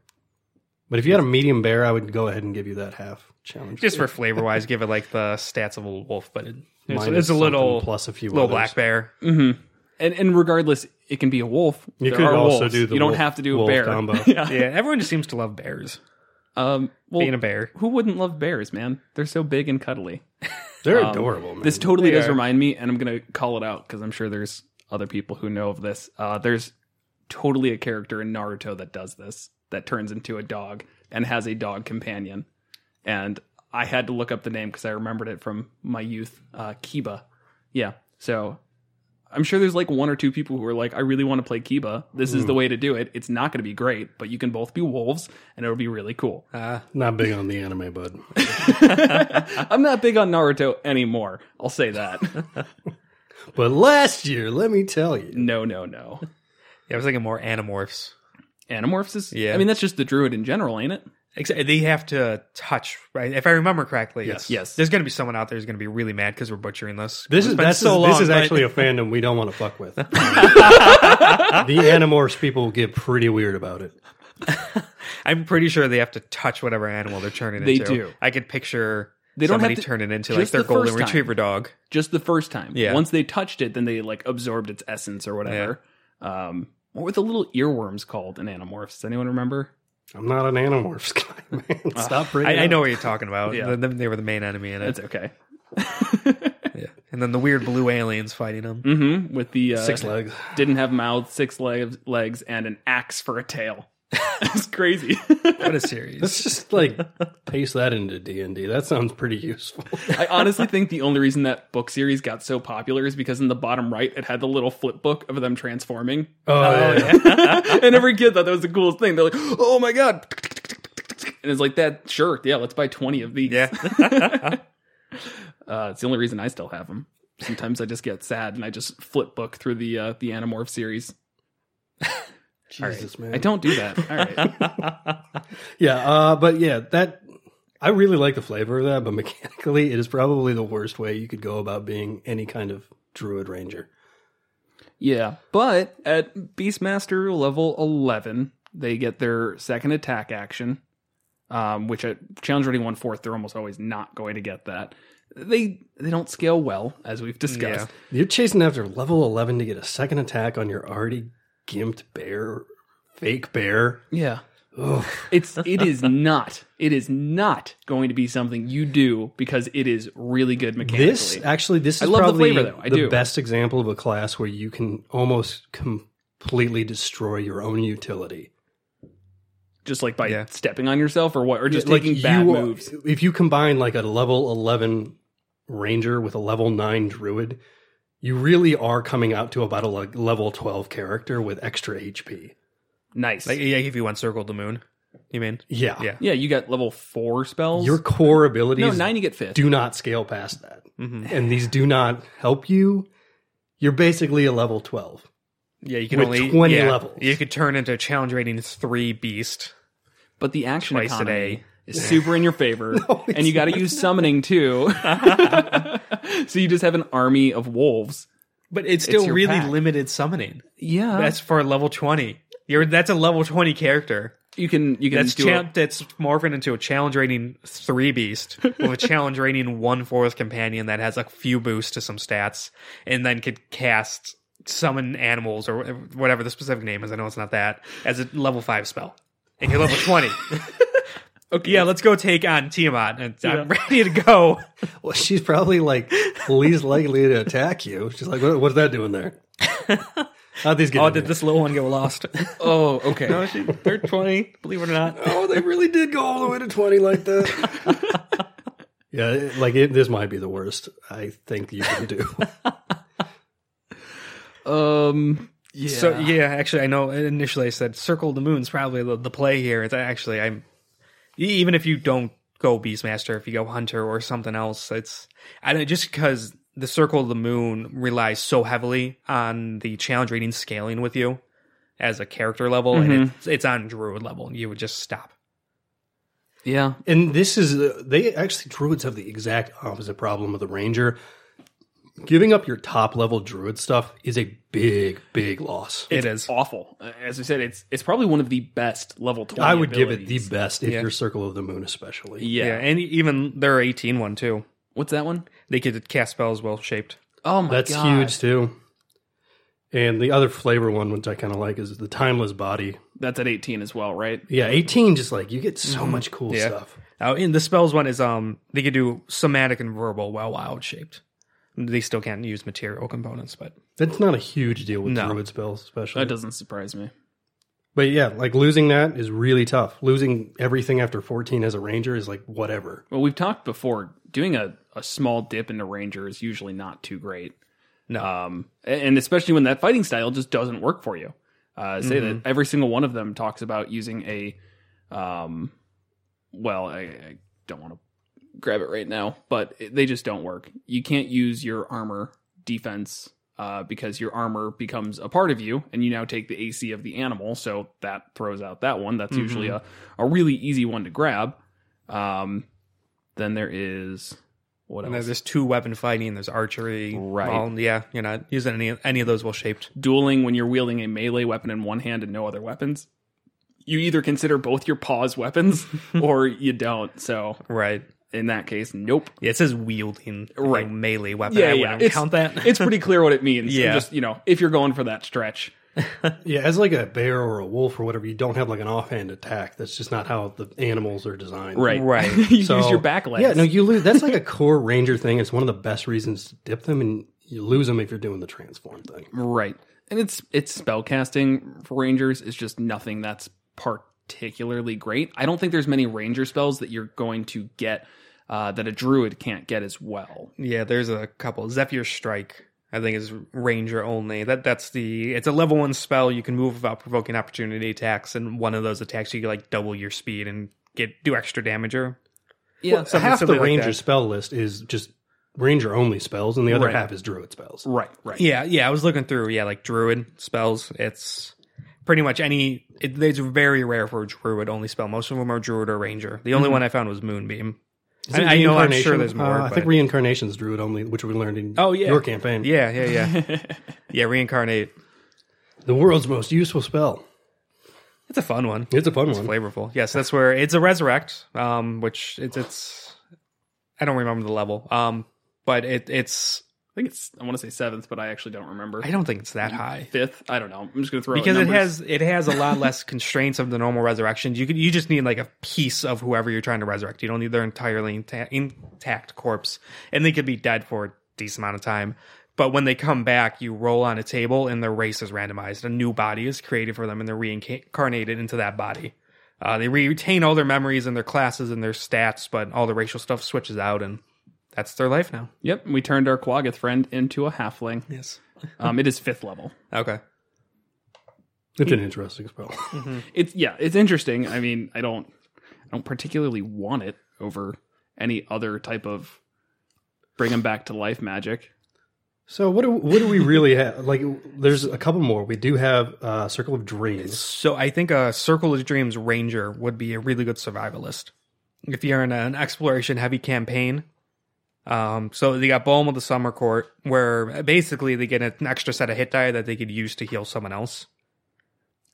[SPEAKER 3] But if you had a medium bear, I would go ahead and give you that half challenge.
[SPEAKER 1] just for flavor wise, give it like the stats of a wolf, but it, it's,
[SPEAKER 3] Minus
[SPEAKER 1] it's a little
[SPEAKER 3] something plus a few
[SPEAKER 1] little
[SPEAKER 3] others.
[SPEAKER 1] black bear.
[SPEAKER 2] Mm-hmm. And and regardless, it can be a wolf.
[SPEAKER 3] You
[SPEAKER 2] There
[SPEAKER 3] could
[SPEAKER 2] are
[SPEAKER 3] also
[SPEAKER 2] wolves.
[SPEAKER 3] do the
[SPEAKER 2] You don't
[SPEAKER 3] wolf-
[SPEAKER 2] have to do a
[SPEAKER 3] wolf
[SPEAKER 2] bear.
[SPEAKER 3] combo.
[SPEAKER 2] yeah.
[SPEAKER 1] Yeah, everyone just seems to love bears.
[SPEAKER 2] Um well,
[SPEAKER 1] Being a bear,
[SPEAKER 2] who wouldn't love bears, man? They're so big and cuddly.
[SPEAKER 3] They're
[SPEAKER 2] Um,
[SPEAKER 3] adorable, man.
[SPEAKER 2] This totally
[SPEAKER 1] They
[SPEAKER 2] does
[SPEAKER 1] are.
[SPEAKER 2] remind me, and I'm gonna call it out because I'm sure there's other people who know of this. Uh, there's totally a character in Naruto that does this, that turns into a dog and has a dog companion. And I had to look up the name because I remembered it from my youth. Uh, Kiba, yeah. So I'm sure there's like one or two people who are like, I really want to play Kiba. This is the way to do it. It's not going to be great, but you can both be wolves, and it'll be really cool.
[SPEAKER 1] uh,
[SPEAKER 3] Not big on the anime, bud.
[SPEAKER 2] I'm not big on Naruto anymore. I'll say that.
[SPEAKER 3] but last year, let me tell you.
[SPEAKER 2] no, no, no.
[SPEAKER 1] yeah, I was thinking more animorphs.
[SPEAKER 2] Animorphs is.
[SPEAKER 1] Yeah.
[SPEAKER 2] I mean, that's just the druid in general, ain't it?
[SPEAKER 1] Except they have to touch, right? If I remember correctly,
[SPEAKER 3] Yes.
[SPEAKER 2] Yes.
[SPEAKER 1] There's going to be someone out there who's going to be really mad because we're butchering this.
[SPEAKER 3] This is
[SPEAKER 1] It's been
[SPEAKER 3] that's
[SPEAKER 1] so long.
[SPEAKER 3] this is
[SPEAKER 1] but-
[SPEAKER 3] actually a fandom we don't want to fuck with. the Animorphs people get pretty weird about it.
[SPEAKER 1] I'm pretty sure they have to touch whatever animal they're turning
[SPEAKER 2] They
[SPEAKER 1] into.
[SPEAKER 2] do.
[SPEAKER 1] I could picture
[SPEAKER 2] They don't
[SPEAKER 1] somebody
[SPEAKER 2] have to-
[SPEAKER 1] turning into like
[SPEAKER 2] just
[SPEAKER 1] their
[SPEAKER 2] the
[SPEAKER 1] golden
[SPEAKER 2] first time.
[SPEAKER 1] retriever dog.
[SPEAKER 2] Just the first time.
[SPEAKER 1] Yeah.
[SPEAKER 2] Once they touched it, then they like absorbed its essence or whatever. Um, what were the little earworms called in Animorphs? Does anyone remember? Ah,
[SPEAKER 3] I'm not an Animorphs guy, man. Stop bringing.
[SPEAKER 1] I, I
[SPEAKER 3] it
[SPEAKER 1] know
[SPEAKER 3] up.
[SPEAKER 1] what you're talking about.
[SPEAKER 2] Yeah.
[SPEAKER 1] They- they were the main enemy in it,
[SPEAKER 2] That's okay.
[SPEAKER 1] yeah. and then the weird blue aliens fighting them.
[SPEAKER 2] hmm With the uh,
[SPEAKER 3] six legs.
[SPEAKER 2] didn't have mouth, six legs, legs, and an axe for a tail. That's crazy.
[SPEAKER 1] What a series!
[SPEAKER 3] Let's just like paste that into D and D. That sounds pretty useful.
[SPEAKER 2] I honestly think the only reason that book series got so popular is because in the bottom right it had the little flip book of them transforming.
[SPEAKER 3] Oh, yeah.
[SPEAKER 2] and every kid thought that was the coolest thing. They're like, "Oh my god!" And it's like that. Sure, yeah, let's buy twenty of these.
[SPEAKER 1] yeah,
[SPEAKER 2] uh, it's the only reason I still have them. Sometimes I just get sad and I just flip book through the uh, the Animorph series.
[SPEAKER 3] Jesus, man.
[SPEAKER 2] I don't do that. All right.
[SPEAKER 3] Yeah, uh, but yeah, that I really like the flavor of that, but mechanically, it is probably the worst way you could go about being any kind of druid ranger.
[SPEAKER 2] Yeah, but at Beastmaster level 11, they get their second attack action, um, which at challenge rating one fourth, they're almost always not going to get that. They they don't scale well, as we've discussed.
[SPEAKER 3] You're chasing after level eleven to get a second attack on your already gimped bear, fake bear.
[SPEAKER 2] Yeah,
[SPEAKER 3] Ugh.
[SPEAKER 2] it's it is not it is not going to be something you do because it is really good mechanically.
[SPEAKER 3] This actually, this is
[SPEAKER 2] I love the
[SPEAKER 3] probably
[SPEAKER 2] flavor, though. I
[SPEAKER 3] the
[SPEAKER 2] do.
[SPEAKER 3] best example of a class where you can almost completely destroy your own utility.
[SPEAKER 2] just like by
[SPEAKER 1] Yeah.
[SPEAKER 2] stepping on yourself or what, or just
[SPEAKER 3] Like,
[SPEAKER 2] taking bad
[SPEAKER 3] you-
[SPEAKER 2] moves.
[SPEAKER 3] If you combine like a level eleven ranger with a level nine druid, you really are coming out to about a like, level twelve character with extra HP.
[SPEAKER 2] Nice.
[SPEAKER 1] Like, yeah, if you want circled the moon, you mean?
[SPEAKER 3] Yeah,
[SPEAKER 1] Yeah.
[SPEAKER 2] yeah, you got level four spells.
[SPEAKER 3] your core
[SPEAKER 2] no
[SPEAKER 3] abilities
[SPEAKER 2] nine, you get fifth.
[SPEAKER 3] do not scale past that.
[SPEAKER 2] Mm-hmm.
[SPEAKER 1] hmm
[SPEAKER 3] and these do not help you, you're basically a level 12.
[SPEAKER 1] Yeah, you can
[SPEAKER 3] With
[SPEAKER 1] only
[SPEAKER 3] 20
[SPEAKER 1] yeah,
[SPEAKER 3] levels.
[SPEAKER 1] You could turn into a challenge rating three beast.
[SPEAKER 2] but the action
[SPEAKER 1] Twice a
[SPEAKER 2] economy
[SPEAKER 1] day.
[SPEAKER 2] is super in your favor, and
[SPEAKER 3] it's
[SPEAKER 2] you got to use summoning too. so you just have an army of wolves.
[SPEAKER 1] But it's still
[SPEAKER 2] your
[SPEAKER 1] really
[SPEAKER 2] pack.
[SPEAKER 1] limited summoning.
[SPEAKER 2] Yeah,
[SPEAKER 1] That's for level twenty. You're that's a level twenty character.
[SPEAKER 2] you can you can
[SPEAKER 1] That's
[SPEAKER 2] do
[SPEAKER 1] cha- that's morphing into a challenge rating three beast with a challenge rating one fourth companion that has a few boosts to some stats, and then could cast summon animals or wh- whatever the specific name is. I know it's not that as a level five spell, and you're level twenty. okay, yeah, let's go take on Tiamat, and I'm ready to go.
[SPEAKER 3] Well, she's probably like least likely to attack you. She's like, what, what's that doing there? How'd these get?
[SPEAKER 1] Oh,
[SPEAKER 3] in
[SPEAKER 1] did
[SPEAKER 3] here?
[SPEAKER 1] this little one go lost?
[SPEAKER 2] a oh okay.
[SPEAKER 1] They're twenty, believe it or not.
[SPEAKER 3] oh, they really did go all the way to 20 like that. yeah, it- like it, this might be the worst I think you can do.
[SPEAKER 2] Um, yeah.
[SPEAKER 1] So yeah, actually, I know initially I said circle the moon's probably the, the play here. It's actually I'm e- even if you don't go Beastmaster, if you go Hunter or something else, it's I don't just because the circle of the moon relies so heavily on the challenge rating scaling with you as a character level, and it's, it's on Druid level, and you would just stop.
[SPEAKER 2] yeah.
[SPEAKER 3] And this is uh, they actually druids have the exact opposite problem of the ranger. Giving up your top level druid stuff is a big, big loss.
[SPEAKER 1] It is.
[SPEAKER 2] awful. Uh, As I said, it's it's probably one of the best level twenty.
[SPEAKER 3] I would give it the
[SPEAKER 2] abilities.
[SPEAKER 3] best if
[SPEAKER 1] Yeah.
[SPEAKER 3] you're Circle of the Moon, especially.
[SPEAKER 2] yeah.
[SPEAKER 1] yeah, and even their eighteen one too.
[SPEAKER 2] What's that one?
[SPEAKER 1] They could cast spells well shaped.
[SPEAKER 2] Oh my
[SPEAKER 3] That's
[SPEAKER 2] god,
[SPEAKER 3] huge too. And the other flavor one, which I kind of like, is the Timeless Body.
[SPEAKER 2] That's at eighteen as well, right?
[SPEAKER 3] Yeah, eighteen, just like you get so
[SPEAKER 2] Mm-hmm.
[SPEAKER 3] much cool
[SPEAKER 1] Yeah.
[SPEAKER 3] stuff.
[SPEAKER 1] Oh, and the spells one is um they could do somatic and verbal while wild shaped. They still can't use material components, but
[SPEAKER 3] That's not a huge deal with
[SPEAKER 1] No.
[SPEAKER 3] druid spells, especially.
[SPEAKER 2] That doesn't surprise me.
[SPEAKER 3] But yeah, like losing that is really tough. Losing everything after fourteen as a ranger is like whatever.
[SPEAKER 2] Well, we've talked before. Doing a, a small dip into Ranger is usually not too great.
[SPEAKER 1] No.
[SPEAKER 2] Um, a- and especially when that fighting style just doesn't work for you. Uh, say
[SPEAKER 3] Mm-hmm.
[SPEAKER 2] that every single one of them talks about using a, um, well, I, I don't want to grab it right now, but it- they just don't work. You can't use your armor defense uh, because your armor becomes a part of you, and you now take the AC of the animal, so that throws out that one. That's usually a, a really easy one to grab. Um, then there is what
[SPEAKER 1] and
[SPEAKER 2] else?
[SPEAKER 1] there's just two weapon fighting. There's archery.
[SPEAKER 2] Right.
[SPEAKER 1] Well, yeah, you're not using any any of those well shaped.
[SPEAKER 2] Dueling when you're wielding a melee weapon in one hand and no other weapons. You either consider both your paws weapons or you don't. So
[SPEAKER 1] Right.
[SPEAKER 2] in that case, nope.
[SPEAKER 1] Yeah, it says wielding
[SPEAKER 2] Right.
[SPEAKER 1] right. melee weapon.
[SPEAKER 2] Yeah,
[SPEAKER 1] I
[SPEAKER 2] yeah.
[SPEAKER 1] wouldn't
[SPEAKER 2] It's-
[SPEAKER 1] count that.
[SPEAKER 2] It's pretty clear what it means.
[SPEAKER 1] Yeah.
[SPEAKER 2] Just you know, if you're going for that stretch.
[SPEAKER 3] Yeah, as like a bear or a wolf or whatever, you don't have like an offhand attack. That's just not how the animals are designed.
[SPEAKER 2] Right.
[SPEAKER 1] Right.
[SPEAKER 2] you
[SPEAKER 3] So-
[SPEAKER 2] use your back legs.
[SPEAKER 3] Yeah, no, you lose. That's like a core ranger thing. It's one of the best reasons to dip them, and you lose them if you're doing the transform thing.
[SPEAKER 2] Right. And it's it's spellcasting for rangers is just nothing that's particularly great. I don't think there's many ranger spells that you're going to get uh, that a druid can't get as well.
[SPEAKER 1] yeah, there's a couple. Zephyr Strike, I think, is ranger only. That that's the it's a level one spell. You can move without provoking opportunity attacks, and one of those attacks you can, like double your speed and get do extra damage or
[SPEAKER 2] Yeah.
[SPEAKER 1] so- Something-
[SPEAKER 3] half the
[SPEAKER 1] something like
[SPEAKER 3] ranger
[SPEAKER 1] that.
[SPEAKER 3] spell list is just ranger only spells, and the other
[SPEAKER 2] Right.
[SPEAKER 3] half is druid spells.
[SPEAKER 2] right, right.
[SPEAKER 1] Yeah, yeah. I was looking through. Yeah, like druid spells. It's pretty much any. It, it's very rare for a druid only spell. Most of them are druid or ranger. The only one I found was moonbeam.
[SPEAKER 3] Is
[SPEAKER 1] I-
[SPEAKER 3] it
[SPEAKER 1] I know, I'm
[SPEAKER 3] reincarnation?
[SPEAKER 1] sure there's more,
[SPEAKER 3] Uh, I think
[SPEAKER 1] but-
[SPEAKER 3] reincarnation's druid only, which we learned in
[SPEAKER 2] Oh, yeah.
[SPEAKER 3] your campaign.
[SPEAKER 1] Yeah, yeah, yeah, yeah. Reincarnate.
[SPEAKER 3] The world's most useful spell.
[SPEAKER 1] It's a fun one.
[SPEAKER 3] It's a fun
[SPEAKER 1] It's
[SPEAKER 3] one.
[SPEAKER 1] flavorful. Yes, that's where it's a resurrect, um, which it's it's I don't remember the level. Um, but it it's
[SPEAKER 2] I think it's I want to say seventh, but I actually don't remember.
[SPEAKER 1] I don't think it's that high.
[SPEAKER 2] Fifth. I don't know. I'm just gonna throw out
[SPEAKER 1] Because it
[SPEAKER 2] Oh, numbers.
[SPEAKER 1] has it has a lot less constraints of the normal resurrections. You could you just need like a piece of whoever you're trying to resurrect. You don't need their entirely inta- intact corpse, and they could be dead for a decent amount of time. But when they come back, you roll on a table, and their race is randomized. A new body is created for them, and they're reincarnated into that body. Uh, they retain all their memories and their classes and their stats, but all the racial stuff switches out, and that's their life now.
[SPEAKER 2] Yep, we turned our Quaggith friend into a halfling.
[SPEAKER 1] Yes.
[SPEAKER 2] Um, it is fifth level.
[SPEAKER 1] Okay.
[SPEAKER 3] It's an interesting spell.
[SPEAKER 2] It's yeah, it's interesting. I mean, I don't, I don't particularly want it over any other type of bring him back to life magic.
[SPEAKER 3] so what do what do we really have? Like, there's a couple more. We do have uh, Circle of Dreams.
[SPEAKER 1] So I think a Circle of Dreams Ranger would be a really good survivalist if you're in an exploration heavy campaign. Um, so they got Balm of the Summer Court, where basically they get an extra set of hit die that they could use to heal someone else.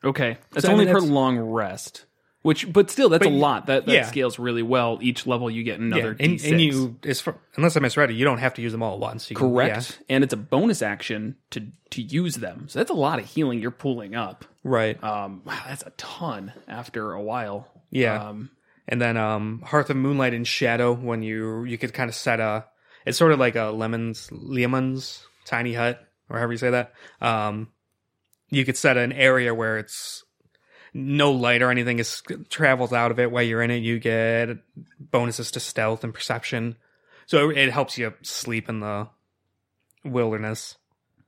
[SPEAKER 2] Okay, that's
[SPEAKER 1] So, I mean,
[SPEAKER 2] only per
[SPEAKER 1] that's-
[SPEAKER 2] long rest, which but still that's
[SPEAKER 1] But
[SPEAKER 2] a
[SPEAKER 1] you-
[SPEAKER 2] lot. That that
[SPEAKER 1] yeah.
[SPEAKER 2] scales really well. Each level you get another
[SPEAKER 1] yeah, and,
[SPEAKER 2] d6.
[SPEAKER 1] and you, as far, unless I misread it, you don't have to use them all at once. You can-
[SPEAKER 2] correct, and it's a bonus action to to use them. So that's a lot of healing you're pulling up.
[SPEAKER 1] yeah, right?
[SPEAKER 2] Um, wow, that's a ton after a while.
[SPEAKER 1] Yeah.
[SPEAKER 2] Um,
[SPEAKER 1] and then um, Hearth of Moonlight and Shadow, when you you could kind of set a, it's sort of like a lemons lemons tiny hut or however you say that. Um, you could set an area where it's no light or anything is travels out of it while you're in it. You get bonuses to stealth and perception, so it, it helps you sleep in the wilderness.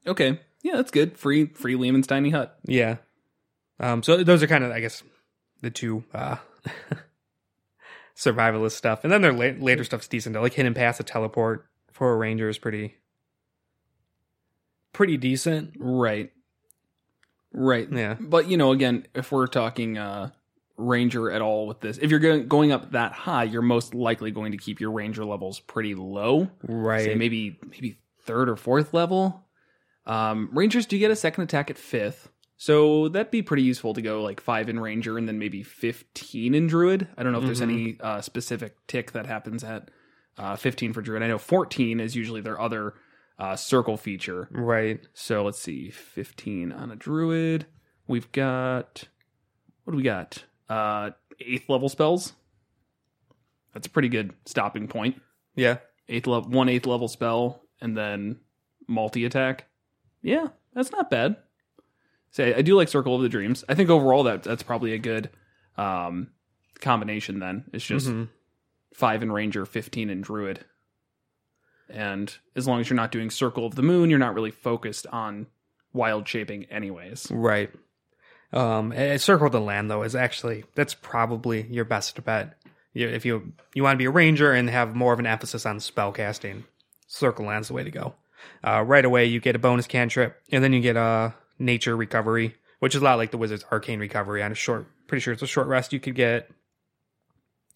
[SPEAKER 2] Okay. Yeah, that's good. Free free Lehman's tiny hut.
[SPEAKER 1] Yeah. Um, so those are kind of, I guess, the two uh, survivalist stuff, and then their la- later stuff's decent. Like hidden pass, a teleport for a ranger is pretty, pretty decent.
[SPEAKER 2] Right. Right.
[SPEAKER 1] Yeah.
[SPEAKER 2] But you know, again, if we're talking uh ranger at all with this, if you're going going up that high, you're most likely going to keep your ranger levels pretty low.
[SPEAKER 1] Right.
[SPEAKER 2] Say maybe maybe third or fourth level. Um rangers do get a second attack at fifth. So that'd be pretty useful to go like five in ranger and then maybe fifteen in druid. I don't know if there's
[SPEAKER 1] Mhm.
[SPEAKER 2] any uh, specific tick that happens at uh, fifteen for druid. I know fourteen is usually their other uh, circle feature.
[SPEAKER 1] Right.
[SPEAKER 2] So let's see, 15 on a druid. We've got what do we got? Uh eighth level spells. That's a pretty good stopping point.
[SPEAKER 1] Yeah.
[SPEAKER 2] Eighth level one eighth level spell and then multi attack. Yeah, that's not bad. Say I do like Circle of the Dreams. I think overall that that's probably a good um combination then. It's just
[SPEAKER 1] Mhm.
[SPEAKER 2] five in ranger, fifteen in druid. And as long as you're not doing Circle of the Moon, you're not really focused on wild shaping, anyways.
[SPEAKER 1] Right. Um, and- and circle the land though is actually that's probably your best bet. You, if you you want to be a ranger and have more of an emphasis on spell casting, circle land's the way to go. Uh, right away you get a bonus cantrip, and then you get a nature recovery, which is a lot like the wizard's arcane recovery. On a short, pretty sure it's a short rest. You could get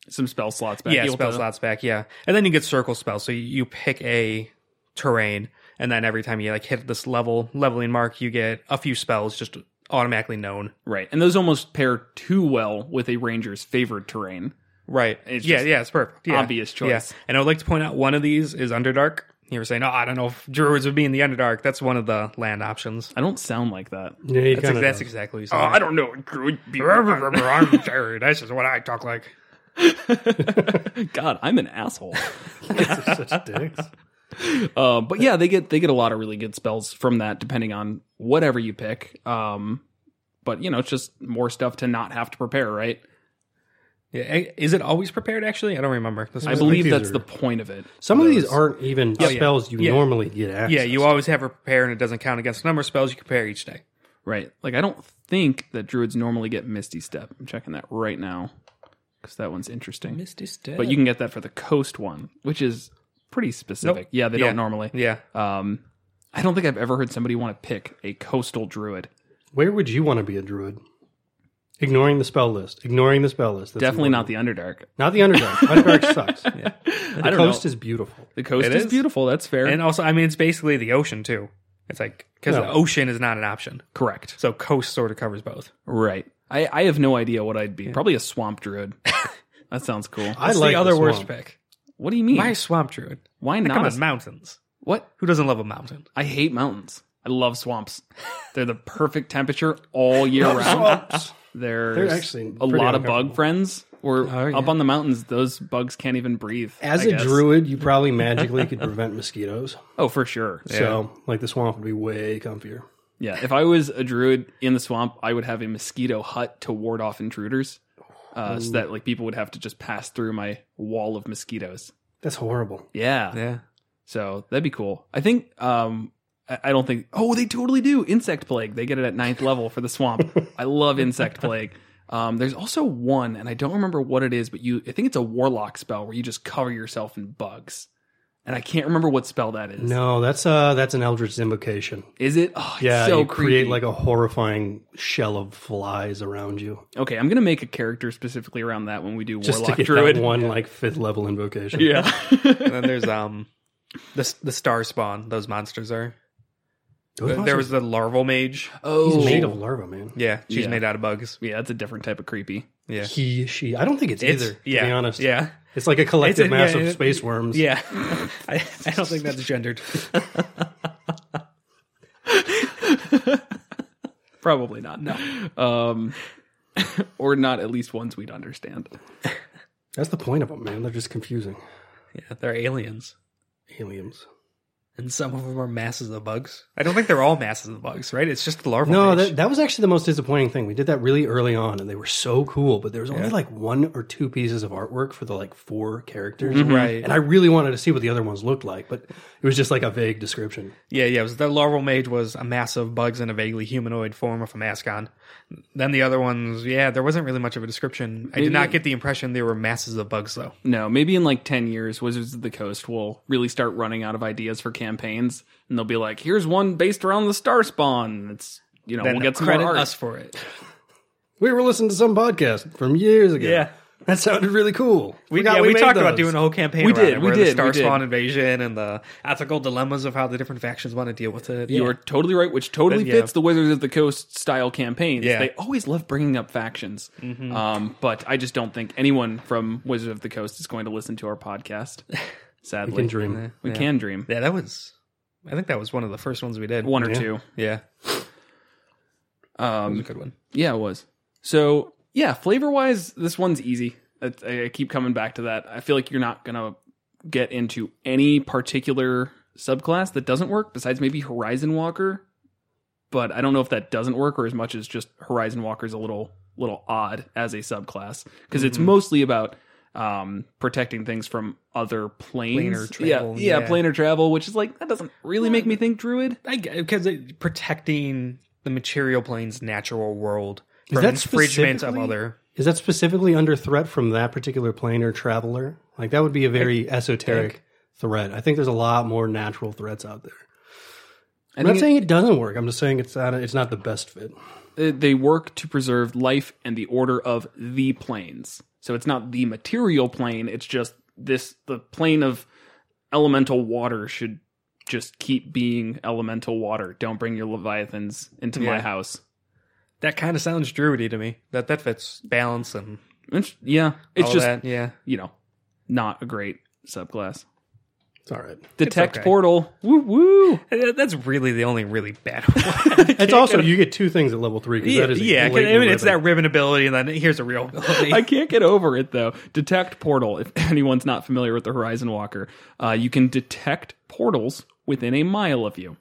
[SPEAKER 2] Some spell slots back.
[SPEAKER 1] yeah
[SPEAKER 2] You'll
[SPEAKER 1] spell
[SPEAKER 2] have to-
[SPEAKER 1] slots back, yeah, and then you get circle spells. So you, you pick a terrain, and then every time you like hit this level leveling mark, you get a few spells just automatically known.
[SPEAKER 2] Right. And those almost pair too well with a ranger's favored terrain.
[SPEAKER 1] Right.
[SPEAKER 2] It's
[SPEAKER 1] yeah,
[SPEAKER 2] just
[SPEAKER 1] yeah, it's perfect. Yeah.
[SPEAKER 2] obvious choice.
[SPEAKER 1] Yeah. And I would like to point out one of these is Underdark. You were saying, oh, I don't know if Druids would be in the Underdark. That's one of the land options.
[SPEAKER 2] I don't sound like that.
[SPEAKER 3] Yeah, he
[SPEAKER 1] That's,
[SPEAKER 3] kinda
[SPEAKER 1] that's
[SPEAKER 3] does.
[SPEAKER 1] exactly what you said.
[SPEAKER 2] Oh, I don't know. it could be-
[SPEAKER 1] I'm Jerry. This is what I talk like.
[SPEAKER 2] God, I'm an asshole.
[SPEAKER 3] such dicks.
[SPEAKER 2] Uh, but yeah, they get they get a lot of really good spells from that, depending on whatever you pick. Um, but you know, it's just more stuff to not have to prepare, right?
[SPEAKER 1] Yeah. eh, Is it always prepared, actually? I don't remember. This
[SPEAKER 2] I
[SPEAKER 1] was-
[SPEAKER 2] believe
[SPEAKER 3] these
[SPEAKER 2] that's
[SPEAKER 3] are-
[SPEAKER 2] the point of it.
[SPEAKER 3] Some of these
[SPEAKER 2] Those-
[SPEAKER 3] aren't even
[SPEAKER 1] Oh, yeah.
[SPEAKER 3] spells you
[SPEAKER 1] Yeah.
[SPEAKER 3] normally get access.
[SPEAKER 1] yeah, you always have a prepare and it doesn't count against the number of spells you prepare each day.
[SPEAKER 2] Right. Like I don't think that druids normally get Misty Step. I'm checking that right now because that one's interesting.
[SPEAKER 1] Misty step.
[SPEAKER 2] But you can get that for the coast one, which is pretty specific.
[SPEAKER 1] Nope.
[SPEAKER 2] Yeah, they
[SPEAKER 1] Yeah.
[SPEAKER 2] don't normally.
[SPEAKER 1] Yeah.
[SPEAKER 2] Um, I don't think I've ever heard somebody want to pick a coastal druid.
[SPEAKER 3] Where would you want to be a druid? Ignoring the spell list. Ignoring the spell list. That's
[SPEAKER 2] Definitely not
[SPEAKER 3] important.
[SPEAKER 2] the Underdark.
[SPEAKER 3] Not the Underdark. Underdark sucks. The
[SPEAKER 2] I don't
[SPEAKER 3] coast
[SPEAKER 2] know.
[SPEAKER 3] is beautiful.
[SPEAKER 2] the coast
[SPEAKER 1] It
[SPEAKER 2] is,
[SPEAKER 1] is.
[SPEAKER 2] beautiful. That's fair.
[SPEAKER 1] And also, I mean, it's basically the ocean too. It's like because the
[SPEAKER 3] No.
[SPEAKER 1] ocean is not an option,
[SPEAKER 2] Correct.
[SPEAKER 1] so coast sort of covers both.
[SPEAKER 2] Right. I, I have no idea what I'd be. Probably a swamp druid. that sounds cool.
[SPEAKER 3] I
[SPEAKER 1] That's
[SPEAKER 3] like
[SPEAKER 1] the other worst
[SPEAKER 3] swamp.
[SPEAKER 1] pick.
[SPEAKER 2] What do you mean?
[SPEAKER 1] Why swamp druid?
[SPEAKER 2] Why
[SPEAKER 1] Like, Come
[SPEAKER 2] not?
[SPEAKER 1] on,
[SPEAKER 2] a-
[SPEAKER 1] mountains.
[SPEAKER 2] what?
[SPEAKER 1] Who doesn't love a mountain?
[SPEAKER 2] I hate mountains. I love swamps. They're the perfect temperature all year round.
[SPEAKER 3] Swamps.
[SPEAKER 2] There's
[SPEAKER 3] They're actually
[SPEAKER 2] a
[SPEAKER 3] pretty
[SPEAKER 2] lot of
[SPEAKER 3] uncomfortable.
[SPEAKER 2] bug friends. We're
[SPEAKER 1] Oh, yeah.
[SPEAKER 2] up on the mountains. Those bugs can't even breathe.
[SPEAKER 3] As
[SPEAKER 2] I
[SPEAKER 3] a
[SPEAKER 2] guess.
[SPEAKER 3] druid, you probably magically could prevent mosquitoes.
[SPEAKER 2] Oh, for sure.
[SPEAKER 3] So, like the swamp would be way comfier.
[SPEAKER 2] Yeah. If I was a druid in the swamp, I would have a mosquito hut to ward off intruders. Uh, so that like people would have to just pass through my wall of mosquitoes.
[SPEAKER 3] That's horrible.
[SPEAKER 2] Yeah.
[SPEAKER 1] Yeah,
[SPEAKER 2] So that'd be cool. I think um I I don't think oh they totally do insect plague. They get it at ninth level for the swamp. I love insect plague. Um there's also one and I don't remember what it is, but you I think it's a warlock spell where you just cover yourself in bugs. And I can't remember what spell that is.
[SPEAKER 3] No, that's uh that's an eldritch invocation.
[SPEAKER 2] Is it? Oh, it's
[SPEAKER 3] Yeah,
[SPEAKER 2] so
[SPEAKER 3] you
[SPEAKER 2] creepy.
[SPEAKER 3] create like a horrifying shell of flies around you
[SPEAKER 2] okay, I'm gonna make a character specifically around that when we do
[SPEAKER 3] just
[SPEAKER 2] warlock
[SPEAKER 3] to get
[SPEAKER 2] druid.
[SPEAKER 3] that one like fifth level invocation.
[SPEAKER 2] Yeah.
[SPEAKER 1] and then there's um, the the star spawn. Those monsters are.
[SPEAKER 3] Those
[SPEAKER 1] there was
[SPEAKER 3] monsters-
[SPEAKER 1] the larval mage.
[SPEAKER 2] oh
[SPEAKER 3] he's made of larva, man.
[SPEAKER 1] Yeah, she's
[SPEAKER 2] Yeah.
[SPEAKER 1] made out of bugs.
[SPEAKER 2] yeah, that's a different type of creepy.
[SPEAKER 1] Yeah,
[SPEAKER 3] He, she. I don't think it's,
[SPEAKER 1] It's-
[SPEAKER 3] either. To
[SPEAKER 1] yeah,
[SPEAKER 3] be honest,
[SPEAKER 1] yeah,
[SPEAKER 3] it's like a collective
[SPEAKER 1] It's a-
[SPEAKER 3] mass
[SPEAKER 1] yeah,
[SPEAKER 3] of
[SPEAKER 1] it-
[SPEAKER 3] space worms.
[SPEAKER 1] yeah. I, I don't think that's gendered.
[SPEAKER 2] Probably not. No. Um, or not at least ones we'd understand.
[SPEAKER 3] that's the point of them, man. They're just confusing
[SPEAKER 1] Yeah, they're aliens,
[SPEAKER 3] aliens.
[SPEAKER 1] and some of them are masses of bugs. I don't think they're all masses of bugs, right? It's just the larval.
[SPEAKER 3] No,
[SPEAKER 1] mage.
[SPEAKER 3] that, that was actually the most disappointing thing. We did that really early on, and they were so cool, but there was only
[SPEAKER 1] Yeah.
[SPEAKER 3] like one or two pieces of artwork for the like four characters,
[SPEAKER 1] Right.
[SPEAKER 3] And I really wanted to see what the other ones looked like, but it was just like a vague description.
[SPEAKER 1] Yeah, yeah. It was the larval mage was a mass of bugs in a vaguely humanoid form with a mask on. Then the other ones, yeah, there wasn't really much of a description. I did not get the impression there were masses of bugs though.
[SPEAKER 2] No, maybe in like 10 years, Wizards of the Coast will really start running out of ideas for campaigns. And they'll be like, here's one based around the star spawn. It's, you know,
[SPEAKER 1] Then
[SPEAKER 2] we'll get some
[SPEAKER 1] credit
[SPEAKER 2] more art.
[SPEAKER 1] us for it.
[SPEAKER 3] We were listening to some podcast from years ago.
[SPEAKER 1] Yeah.
[SPEAKER 3] that sounded really cool.
[SPEAKER 1] We,
[SPEAKER 3] Forgot
[SPEAKER 1] yeah, we
[SPEAKER 3] made
[SPEAKER 1] talked
[SPEAKER 3] those.
[SPEAKER 1] about doing a whole campaign.
[SPEAKER 2] We
[SPEAKER 1] around
[SPEAKER 2] did,
[SPEAKER 1] it,
[SPEAKER 2] we
[SPEAKER 1] where
[SPEAKER 2] did, we
[SPEAKER 1] the Star
[SPEAKER 2] did.
[SPEAKER 1] Spawn invasion and the ethical dilemmas of how the different factions want to deal with it.
[SPEAKER 2] You
[SPEAKER 1] Yeah.
[SPEAKER 2] are totally right, which totally
[SPEAKER 1] But, yeah.
[SPEAKER 2] fits the Wizards of the Coast style campaigns.
[SPEAKER 1] Yeah. Mm.
[SPEAKER 2] They always love bringing up factions.
[SPEAKER 1] Mm-hmm.
[SPEAKER 2] Um, but I just don't think anyone from Wizards of the Coast is going to listen to our podcast, sadly.
[SPEAKER 3] We can dream.
[SPEAKER 2] We can dream.
[SPEAKER 1] yeah, that was. I think that was one of the first ones we did.
[SPEAKER 2] One or
[SPEAKER 3] Yeah.
[SPEAKER 2] two.
[SPEAKER 1] Yeah, that was a
[SPEAKER 2] Um,
[SPEAKER 1] good one.
[SPEAKER 2] yeah, it was. So yeah, flavor wise, this one's easy. I, I keep coming back to that. I feel like you're not gonna get into any particular subclass that doesn't work, besides maybe Horizon Walker. But I don't know if that doesn't work or as much as just Horizon Walker's a little little odd as a subclass because it's
[SPEAKER 1] Mm-hmm.
[SPEAKER 2] mostly about um protecting things from other planes.
[SPEAKER 1] Planar
[SPEAKER 2] Yeah,
[SPEAKER 1] travel,
[SPEAKER 2] yeah,
[SPEAKER 1] yeah.
[SPEAKER 2] planar travel, which is like that doesn't really make me think druid.
[SPEAKER 1] I because protecting the material plane's natural world
[SPEAKER 3] Is
[SPEAKER 1] from
[SPEAKER 3] that
[SPEAKER 1] infringement of
[SPEAKER 3] specifically-
[SPEAKER 1] other.
[SPEAKER 3] Is that specifically under threat from that particular plane or traveler? Like that would be a very esoteric threat. I think there's a lot more natural threats out there.
[SPEAKER 2] I
[SPEAKER 3] I'm not
[SPEAKER 2] think it-
[SPEAKER 3] saying it doesn't work. I'm just saying it's not it's not the best fit.
[SPEAKER 2] Uh, they work to preserve life and the order of the planes. So it's not the material plane, it's just this the plane of elemental water should just keep being elemental water. Don't bring your leviathans into my
[SPEAKER 1] Yeah.
[SPEAKER 2] house.
[SPEAKER 1] That kind of sounds druidy to me. That that fits balance and
[SPEAKER 2] It's, yeah, it's
[SPEAKER 1] all
[SPEAKER 2] just,
[SPEAKER 1] that. Yeah,
[SPEAKER 2] you know, not a great subclass.
[SPEAKER 3] It's all right.
[SPEAKER 2] Detect
[SPEAKER 1] okay.
[SPEAKER 2] portal. Woo woo.
[SPEAKER 1] Uh, that's really the only really bad one.
[SPEAKER 3] It's also you get two things at level three. 'cause
[SPEAKER 1] yeah,
[SPEAKER 3] that is a
[SPEAKER 1] yeah, 'cause, I
[SPEAKER 3] blatant
[SPEAKER 1] mean, it's
[SPEAKER 3] ribbon.
[SPEAKER 1] that ribbon ability, and then here's a real ability.
[SPEAKER 2] I can't get over it though. Detect portal. If anyone's not familiar with the Horizon Walker, uh, you can detect portals within a mile of you.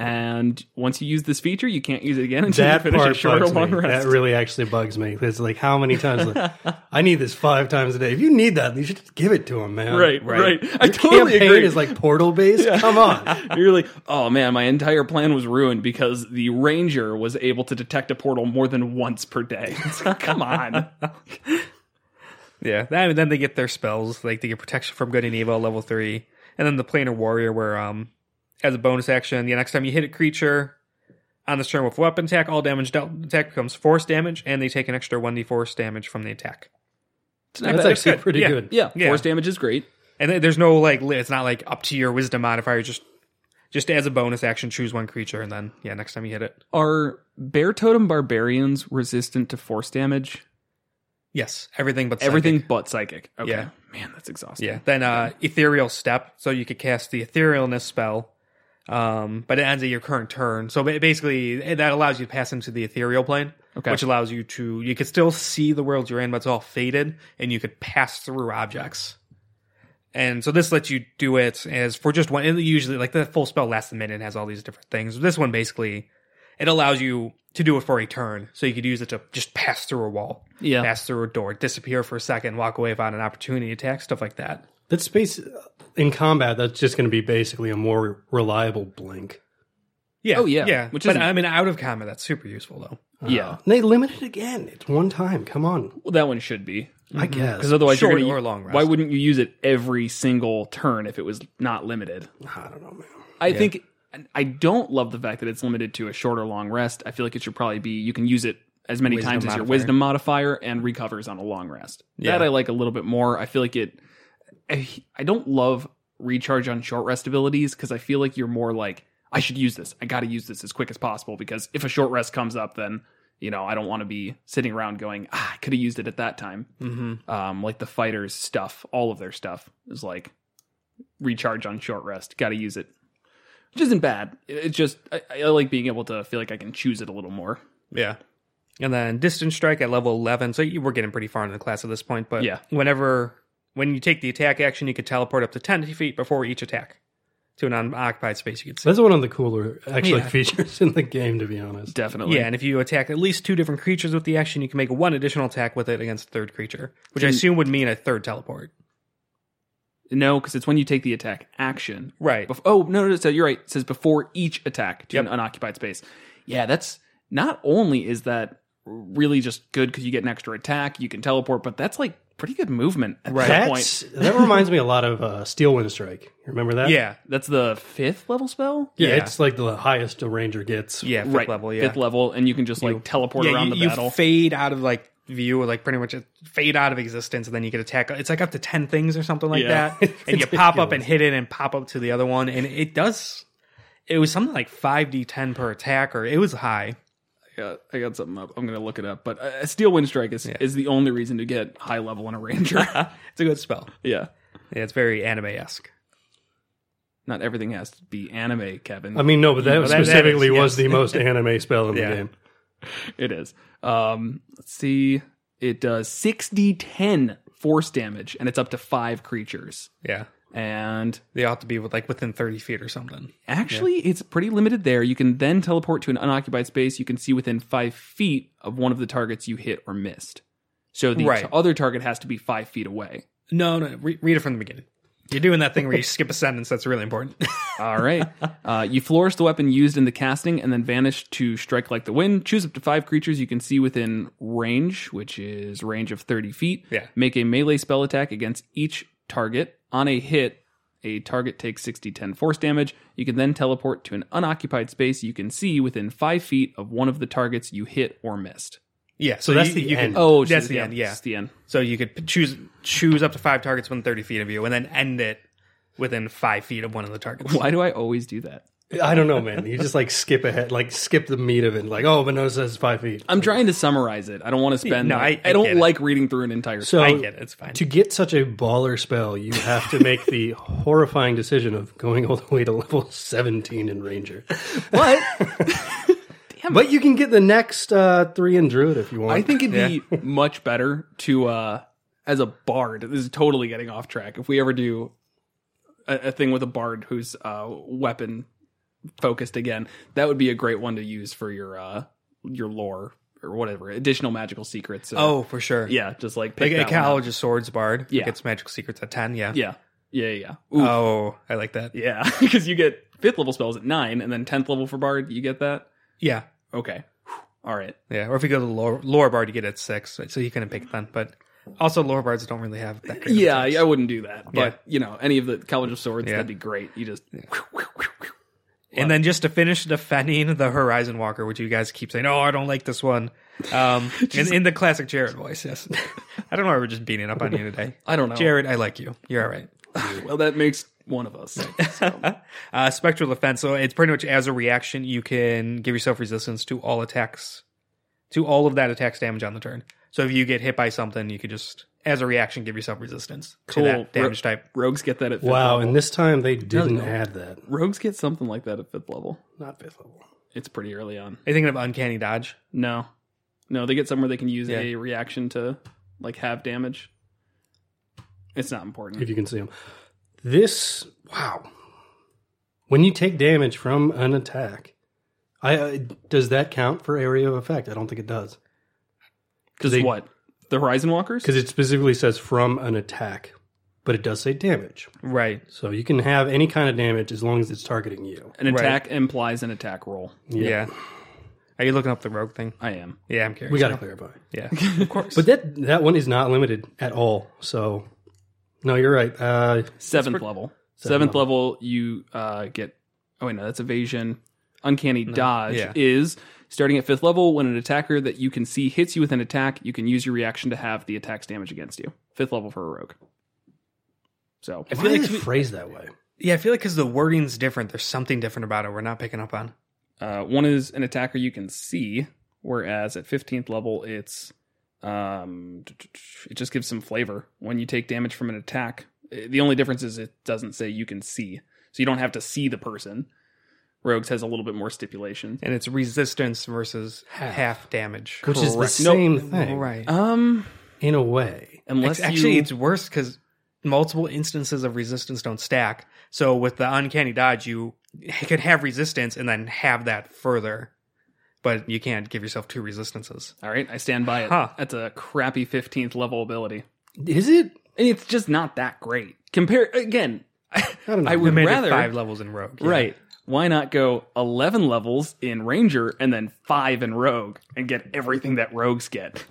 [SPEAKER 2] And once you use this feature, you can't use it again until
[SPEAKER 3] that
[SPEAKER 2] you finish a
[SPEAKER 3] part
[SPEAKER 2] short or
[SPEAKER 3] bugs
[SPEAKER 2] long
[SPEAKER 3] me.
[SPEAKER 2] rest.
[SPEAKER 3] That really actually bugs me. It's like how many times? Like, I need this five times a day. If you need that, you should just give it to him, man.
[SPEAKER 2] right, right, I
[SPEAKER 3] Your
[SPEAKER 2] totally
[SPEAKER 3] campaign
[SPEAKER 2] agree.
[SPEAKER 3] is like portal based. Come on.
[SPEAKER 2] You're like, oh man, my entire plan was ruined because the ranger was able to detect a portal more than once per day. It's like, come on.
[SPEAKER 1] yeah, then, then they get their spells, like they get protection from good and evil, at level three, and then the planar warrior, where um, as a bonus action, the next time you hit a creature, On this turn with weapon attack, all damage dealt attack becomes force damage, and they take an extra 1d force damage from the attack.
[SPEAKER 2] It's not
[SPEAKER 3] That's
[SPEAKER 2] bad.
[SPEAKER 3] actually
[SPEAKER 1] good.
[SPEAKER 3] pretty
[SPEAKER 1] Yeah.
[SPEAKER 3] good.
[SPEAKER 2] Yeah,
[SPEAKER 1] Yeah.
[SPEAKER 2] force damage is great.
[SPEAKER 1] And there- there's no like, li- it's not like up to your wisdom modifier. Just, just as a bonus action, choose one creature, and then yeah, next time you hit it.
[SPEAKER 2] Are bear totem barbarians resistant to force damage?
[SPEAKER 1] Yes, everything but psychic.
[SPEAKER 2] Everything but psychic. Okay.
[SPEAKER 1] Yeah.
[SPEAKER 2] Man, that's exhausting.
[SPEAKER 1] Yeah. Then uh, ethereal step, so you could cast the etherealness spell, um, but it ends at your current turn. So ba- basically, eh, that allows you to pass into the ethereal plane,
[SPEAKER 2] Okay.
[SPEAKER 1] which allows you to you could still see the world you're in, but it's all faded, and you could pass through objects. And so this lets you do it as for just one. And usually, like the full spell lasts a minute and has all these different things. This one basically, it allows you to do it for a turn, so you could use it to just pass through a wall,
[SPEAKER 2] Yeah.
[SPEAKER 1] pass through a door, disappear for a second, walk away without an opportunity attack, stuff like that.
[SPEAKER 3] That space uh, in combat, that's just going to be basically a more reliable blink.
[SPEAKER 1] Yeah.
[SPEAKER 2] Oh, yeah.
[SPEAKER 1] Yeah.
[SPEAKER 2] Which
[SPEAKER 1] Which but
[SPEAKER 2] isn't-
[SPEAKER 1] I mean, out of combat, that's super useful though.
[SPEAKER 2] Yeah.
[SPEAKER 3] And they limit it again. It's one time. Come on.
[SPEAKER 2] Well, that one should be
[SPEAKER 3] I
[SPEAKER 1] Mm-hmm.
[SPEAKER 3] guess.
[SPEAKER 2] because otherwise
[SPEAKER 1] Short
[SPEAKER 2] you're gonna,
[SPEAKER 1] or long rest.
[SPEAKER 2] Why wouldn't you use it every single turn if it was not limited?
[SPEAKER 3] I don't know, man.
[SPEAKER 2] I think I don't love the fact that it's limited to a short or long rest. I feel like it should probably be you can use it as many
[SPEAKER 1] Wisdom
[SPEAKER 2] times as your
[SPEAKER 1] modifier.
[SPEAKER 2] wisdom modifier and recovers on a long rest. That
[SPEAKER 1] Yeah.
[SPEAKER 2] I like a little bit more. I feel like it. I, I don't love recharge on short rest abilities because I feel like you're more like I should use this. I got to use this as quick as possible because if a short rest comes up, then you know I don't want to be sitting around going ah, I could have used it at that time
[SPEAKER 1] Mm-hmm.
[SPEAKER 2] um, like the fighters stuff, all of their stuff is like recharge on short rest. Got to use it, which isn't bad. It- It's just I, I like being able to feel like I can choose it a little more.
[SPEAKER 1] Yeah. And then distance strike at level 11. So you, we're getting pretty far in the class at this point. But
[SPEAKER 2] Yeah.
[SPEAKER 1] whenever, when you take the attack action, you could teleport up to 10 feet before each attack to an unoccupied space you could see.
[SPEAKER 3] That's one of the cooler actually
[SPEAKER 1] Yeah.
[SPEAKER 3] features in the game, to be honest.
[SPEAKER 2] Definitely,
[SPEAKER 1] Yeah, and if you attack at least two different creatures with the action, you can make one additional attack with it against a third creature, which I
[SPEAKER 2] And-
[SPEAKER 1] assume would mean a third teleport.
[SPEAKER 2] No, because it's when you take the attack action.
[SPEAKER 1] Right.
[SPEAKER 2] Bef- oh no, no, so you're right. It says before each attack to an
[SPEAKER 1] Yep.
[SPEAKER 2] unoccupied space. Yeah, that's not only is that really just good because you get an extra attack, you can teleport, but that's like pretty good movement at
[SPEAKER 1] Right.
[SPEAKER 2] that
[SPEAKER 3] That's,
[SPEAKER 2] point.
[SPEAKER 3] that reminds me a lot of uh, Steel Wind Strike. Remember that?
[SPEAKER 1] Yeah.
[SPEAKER 2] That's the fifth level spell.
[SPEAKER 3] Yeah,
[SPEAKER 1] Yeah.
[SPEAKER 3] it's like the highest a ranger gets.
[SPEAKER 1] Yeah. Fifth
[SPEAKER 2] right
[SPEAKER 1] level. Yeah.
[SPEAKER 2] fifth level, and you can just like teleport
[SPEAKER 1] yeah,
[SPEAKER 2] around
[SPEAKER 1] you,
[SPEAKER 2] the
[SPEAKER 1] you
[SPEAKER 2] battle.
[SPEAKER 1] fade out of like view, or like pretty much fade out of existence, and then you get attack. It's like up to ten things or something like
[SPEAKER 2] Yeah.
[SPEAKER 1] that, and you pop up and hit it, and pop up to the other one, and it does. It was something like five d ten per attack, or it was high.
[SPEAKER 2] I got, uh, I got something up. I'm gonna look it up. But uh, Steel Wind Strike is is the only reason to get high level in a ranger.
[SPEAKER 1] It's a good spell.
[SPEAKER 2] yeah,
[SPEAKER 1] Yeah, it's very anime esque.
[SPEAKER 2] not everything has to be anime, Kevin.
[SPEAKER 3] I mean, no, but that
[SPEAKER 1] that- that is,
[SPEAKER 3] specifically was
[SPEAKER 1] yes.
[SPEAKER 3] the most anime spell in the
[SPEAKER 1] Yeah.
[SPEAKER 3] game.
[SPEAKER 2] it is. Um, let's see. It does 6d10 force damage, and it's up to five creatures.
[SPEAKER 1] Yeah,
[SPEAKER 2] And
[SPEAKER 1] they ought to be with like within thirty feet or something.
[SPEAKER 2] actually, it's pretty limited there. You can then teleport to an unoccupied space you can see within five feet of one of the targets you hit or missed. So the
[SPEAKER 1] Right.
[SPEAKER 2] t- other target has to be five feet away.
[SPEAKER 1] No, no, re- read it from the beginning. You're doing that thing where you skip a sentence. That's really important.
[SPEAKER 2] All right. Uh, you flourish the weapon used in the casting and then vanish to strike like the wind. Choose up to five creatures you can see within range, which is range of 30 feet.
[SPEAKER 1] Yeah.
[SPEAKER 2] Make a melee spell attack against each target. On a hit, a target takes 60 10 force damage. You can then teleport to an unoccupied space you can see within five feet of one of the targets you hit or missed.
[SPEAKER 1] yeah, so,
[SPEAKER 3] that's
[SPEAKER 1] you,
[SPEAKER 3] the
[SPEAKER 1] you
[SPEAKER 3] end.
[SPEAKER 1] Could,
[SPEAKER 2] Oh,
[SPEAKER 1] that's
[SPEAKER 2] so-
[SPEAKER 1] the end. Yeah,
[SPEAKER 2] it's the end.
[SPEAKER 1] So you could p- choose choose up to five targets within thirty feet of you, and then end it within five feet of one of the targets.
[SPEAKER 2] Why do I always do that?
[SPEAKER 3] I don't know, man. You just like skip ahead, like skip the meat of it. Like, oh, but no, it says five feet.
[SPEAKER 2] I'm trying to summarize it. I don't want to spend.
[SPEAKER 1] No,
[SPEAKER 2] like-
[SPEAKER 1] I- I get
[SPEAKER 2] don't
[SPEAKER 1] it.
[SPEAKER 2] like reading through an entire.
[SPEAKER 3] So
[SPEAKER 1] I get it. It's fine.
[SPEAKER 3] to get such a baller spell, you have to make the horrifying decision of going all the way to level 17 in ranger.
[SPEAKER 2] what?
[SPEAKER 3] But you can get the next uh, three in druid if you want.
[SPEAKER 2] I think it'd be much better to uh as a bard. This is totally getting off track. If we ever do a, a thing with a bard who's uh weapon focused again, that would be a great one to use for your uh your lore or whatever additional magical secrets. or-
[SPEAKER 1] oh, for sure.
[SPEAKER 2] yeah, just like pick
[SPEAKER 1] Like a
[SPEAKER 2] that one up.
[SPEAKER 1] college of swords bard. who
[SPEAKER 2] Yeah.
[SPEAKER 1] Gets magical secrets at ten. Yeah.
[SPEAKER 2] Yeah, yeah, yeah. Ooh,
[SPEAKER 1] Oh, I like that.
[SPEAKER 2] yeah, because you get fifth level spells at nine, and then tenth level for bard, you get that.
[SPEAKER 1] Yeah.
[SPEAKER 2] Okay, Whew. all right.
[SPEAKER 1] Yeah. Or if you go to lore, lore bard, you get it at six. So you couldn't pick then. But also, lore bards don't really have that. Great of
[SPEAKER 2] Yeah,
[SPEAKER 1] attacks.
[SPEAKER 2] I wouldn't do that. But
[SPEAKER 1] Yeah.
[SPEAKER 2] you know, any of the College of Swords,
[SPEAKER 1] Yeah.
[SPEAKER 2] that'd be great. You just
[SPEAKER 1] And then just to finish defending the Horizon Walker, which you guys keep saying, "Oh, I don't like this one," um, in, in the classic Jared voice. Yes, I don't know why we're just beating up on you today.
[SPEAKER 2] I don't know.
[SPEAKER 1] Jared, I like you. You're all right.
[SPEAKER 2] Well, that makes one of us.
[SPEAKER 1] Uh, spectral defense. So it's pretty much as a reaction, you can give yourself resistance to all attacks, to all of that attack's damage on the turn. So if you get hit by something, you could just, as a reaction, give yourself resistance
[SPEAKER 2] Cool.
[SPEAKER 1] to that damage type.
[SPEAKER 2] Rogues get that at fifth
[SPEAKER 3] Wow,
[SPEAKER 2] level.
[SPEAKER 3] and this time they didn't
[SPEAKER 2] go.
[SPEAKER 3] add that.
[SPEAKER 2] Rogues get something like that at fifth level.
[SPEAKER 3] Not fifth level.
[SPEAKER 2] It's pretty early on.
[SPEAKER 1] Are you thinking of uncanny dodge?
[SPEAKER 2] No, no, they get somewhere they can use
[SPEAKER 1] Yeah.
[SPEAKER 2] a reaction to like have damage. It's not important.
[SPEAKER 3] If you can see them. This wow. When you take damage from an attack, I uh, does that count for area of effect? I don't think it does
[SPEAKER 2] Does
[SPEAKER 3] they-
[SPEAKER 2] what? The Horizon Walkers?
[SPEAKER 3] because it specifically says from an attack, but it does say damage.
[SPEAKER 1] Right.
[SPEAKER 3] So you can have any kind of damage as long as it's targeting you.
[SPEAKER 2] An
[SPEAKER 1] Right.
[SPEAKER 2] attack implies an attack roll.
[SPEAKER 1] Yeah. Are you looking up the rogue thing?
[SPEAKER 2] I am.
[SPEAKER 1] Yeah, I'm curious.
[SPEAKER 3] We got to clarify.
[SPEAKER 1] yeah, of course.
[SPEAKER 3] But that that one is not limited at all. So no, you're right. Uh,
[SPEAKER 2] Seventh level. Seventh level, you uh, get. Oh wait, no, that's evasion. Uncanny dodge
[SPEAKER 1] yeah.
[SPEAKER 2] is starting at fifth level when an attacker that you can see hits you with an attack. You can use your reaction to have the attack's damage against you. Fifth level for a rogue.
[SPEAKER 1] I
[SPEAKER 2] So
[SPEAKER 3] I
[SPEAKER 1] feel
[SPEAKER 3] feel
[SPEAKER 1] like
[SPEAKER 3] it's
[SPEAKER 1] we-
[SPEAKER 3] phrased that way.
[SPEAKER 1] yeah, I feel like because the wording's different, there's something different about it we're not picking up on.
[SPEAKER 2] Uh, one is an attacker you can see, whereas at 15th level, it's um, it just gives some flavor when you take damage from an attack. eh, The only difference is it doesn't say you can see, so you don't have to see the person. Rogues has a little bit more stipulations.
[SPEAKER 1] And it's resistance versus half, damage.
[SPEAKER 3] Which is the
[SPEAKER 2] Correct. No,
[SPEAKER 3] same thing,
[SPEAKER 1] Right.
[SPEAKER 2] Um,
[SPEAKER 3] In a way,
[SPEAKER 2] unless
[SPEAKER 1] It's- actually,
[SPEAKER 2] you,
[SPEAKER 1] it's worse because multiple instances of resistance don't stack. So with the uncanny dodge, you could have resistance and then have that further, but you can't give yourself two resistances.
[SPEAKER 2] all right, I stand by it.
[SPEAKER 1] Huh.
[SPEAKER 2] That's a crappy 15th level ability,
[SPEAKER 3] is it?
[SPEAKER 2] and it's just not that great. Compare again.
[SPEAKER 3] I don't know.
[SPEAKER 2] I would
[SPEAKER 1] Made it
[SPEAKER 2] rather
[SPEAKER 1] five levels in rogue, yeah.
[SPEAKER 2] Right. Why not go 11 levels in Ranger and then 5 in Rogue and get everything that Rogues get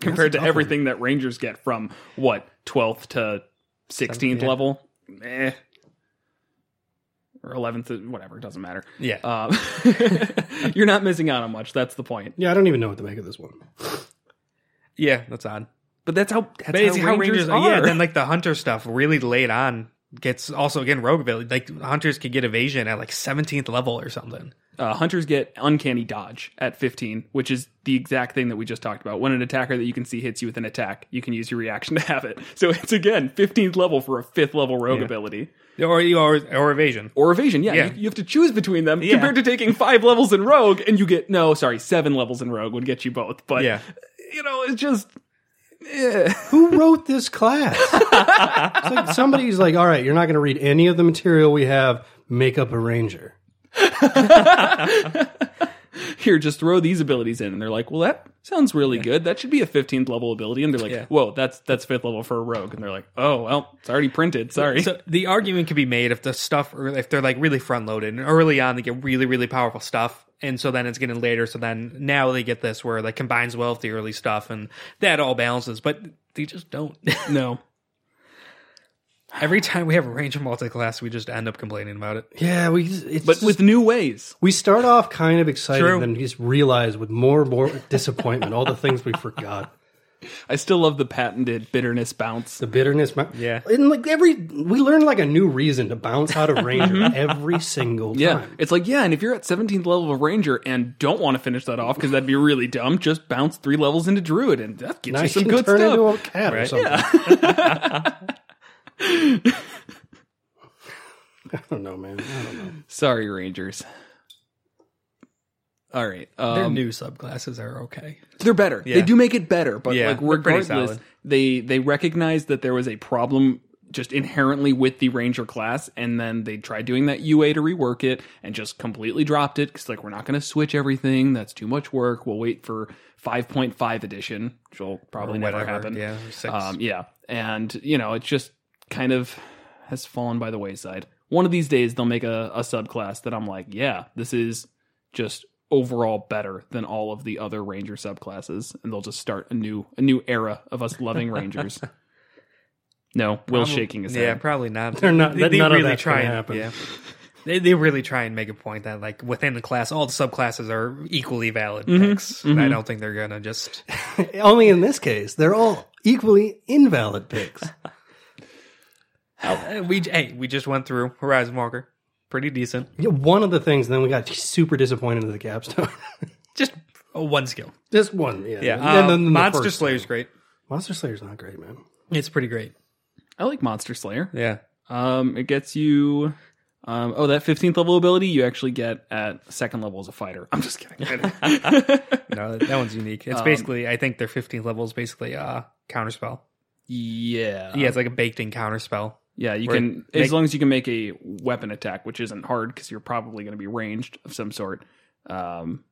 [SPEAKER 2] compared to everything that Rangers get from what 12th to 16th
[SPEAKER 1] yeah.
[SPEAKER 2] level? Eh. Or 11th, whatever, it doesn't matter.
[SPEAKER 1] Yeah,
[SPEAKER 2] Uh, you're not missing out on much. That's the point.
[SPEAKER 3] yeah, I don't even know what to make of this one.
[SPEAKER 1] yeah, that's odd.
[SPEAKER 2] But that's how that's
[SPEAKER 1] But it's
[SPEAKER 2] how, Rangers, are.
[SPEAKER 1] Yeah, then like the hunter stuff really late on gets also again rogue village. Like hunters could get evasion at like seventeenth level or something.
[SPEAKER 2] uh, hunters get uncanny dodge at 15 which is the exact thing that we just talked about when an attacker that you can see hits you with an attack you can use your reaction to have it so it's again 15th level for a 5th level rogue
[SPEAKER 1] Yeah.
[SPEAKER 2] ability
[SPEAKER 1] Or you or, or evasion.
[SPEAKER 2] or evasion yeah,
[SPEAKER 1] Yeah.
[SPEAKER 2] You, you have to choose between them
[SPEAKER 1] Yeah.
[SPEAKER 2] compared to taking 5 levels in rogue and you get no sorry 7 levels in rogue would get you both but
[SPEAKER 1] Yeah.
[SPEAKER 2] you know it's just eh.
[SPEAKER 3] Who wrote this class? it's like somebody's like, all right, you're not going to read any of the material we have. Make up a ranger.
[SPEAKER 2] here just throw these abilities in and they're like well that sounds really good that should be a 15th level ability and they're like
[SPEAKER 1] Yeah.
[SPEAKER 2] whoa that's that's 5th level for a rogue and they're like oh well it's already printed sorry
[SPEAKER 1] So the argument could be made if the stuff, or if they're like really front loaded and early on they get really really powerful stuff, and so then it's getting later. So then now they get this where like combines well with the early stuff, and that all balances. But they just don't.
[SPEAKER 2] no
[SPEAKER 1] Every time we have a ranger multi-class, we just end up complaining about it.
[SPEAKER 3] Yeah, we it's
[SPEAKER 2] but with new ways.
[SPEAKER 3] we start off kind of excited,
[SPEAKER 1] True.
[SPEAKER 3] then just realize with more and more disappointment all the things we forgot.
[SPEAKER 2] I still love the patented bitterness bounce.
[SPEAKER 3] The bitterness. My,
[SPEAKER 1] Yeah.
[SPEAKER 3] and like every we learn like a new reason to bounce out of ranger every single time.
[SPEAKER 2] Yeah, it's like yeah, and if you're at 17th level of ranger and don't want to finish that off because that'd be really dumb, just bounce three levels into druid and that gets
[SPEAKER 3] Now
[SPEAKER 2] you
[SPEAKER 3] you
[SPEAKER 2] some
[SPEAKER 3] can
[SPEAKER 2] good
[SPEAKER 3] turn into
[SPEAKER 2] stuff.
[SPEAKER 3] a cat or
[SPEAKER 1] Right.
[SPEAKER 3] something. I don't know, man. I don't know.
[SPEAKER 2] Sorry, rangers. All right, um,
[SPEAKER 1] Their new subclasses are okay.
[SPEAKER 2] They're better. They
[SPEAKER 1] Yeah.
[SPEAKER 2] do make it better, but
[SPEAKER 1] Yeah,
[SPEAKER 2] like
[SPEAKER 1] they're pretty
[SPEAKER 2] regardless,
[SPEAKER 1] solid.
[SPEAKER 2] they they recognized that there was a problem just inherently with the ranger class, and then they tried doing that UA to rework it and just completely dropped it because like we're not going to switch everything. That's too much work. We'll wait for 5.5 edition, which will probably never
[SPEAKER 1] Whatever.
[SPEAKER 2] happen.
[SPEAKER 1] Yeah. or six.
[SPEAKER 2] Um, yeah, and you know, it just kind of has fallen by the wayside. One of these days, they'll make a, a subclass that I'm like, yeah, this is just overall better than all of the other ranger subclasses, and they'll just start a new a new era of us loving rangers. No, Will shaking his
[SPEAKER 1] Yeah,
[SPEAKER 2] head.
[SPEAKER 1] probably not.
[SPEAKER 3] They're not- that- none of that's gonna happen.
[SPEAKER 1] Yeah. They, they really try and make a point that like within the class, all the subclasses are equally valid picks. I don't think they're gonna just
[SPEAKER 3] Only in this case, they're all equally invalid picks.
[SPEAKER 1] Uh, we hey we just went through Horizon Walker, pretty decent.
[SPEAKER 3] Yeah, One of the things, then we got super disappointed in the capstone.
[SPEAKER 1] Just uh, one skill.
[SPEAKER 3] Just one, yeah.
[SPEAKER 1] Yeah,
[SPEAKER 3] And
[SPEAKER 1] um,
[SPEAKER 3] then the
[SPEAKER 1] Monster
[SPEAKER 3] first-
[SPEAKER 1] Slayer's great.
[SPEAKER 3] Monster Slayer's not great, man.
[SPEAKER 1] It's pretty great.
[SPEAKER 2] I like Monster Slayer.
[SPEAKER 1] Yeah,
[SPEAKER 2] Um, it gets you. Um, oh, that 15th level ability you actually get at second level as a fighter. I'm just kidding.
[SPEAKER 1] no, that, that one's unique. It's
[SPEAKER 2] Um,
[SPEAKER 1] basically I think their 15 levels basically uh counterspell.
[SPEAKER 2] yeah.
[SPEAKER 1] yeah, it's like a baked in counterspell.
[SPEAKER 2] Yeah, you
[SPEAKER 1] Or
[SPEAKER 2] can
[SPEAKER 1] make-
[SPEAKER 2] as long as you can make a weapon attack, which isn't hard because you're probably going to be ranged of some sort. Um,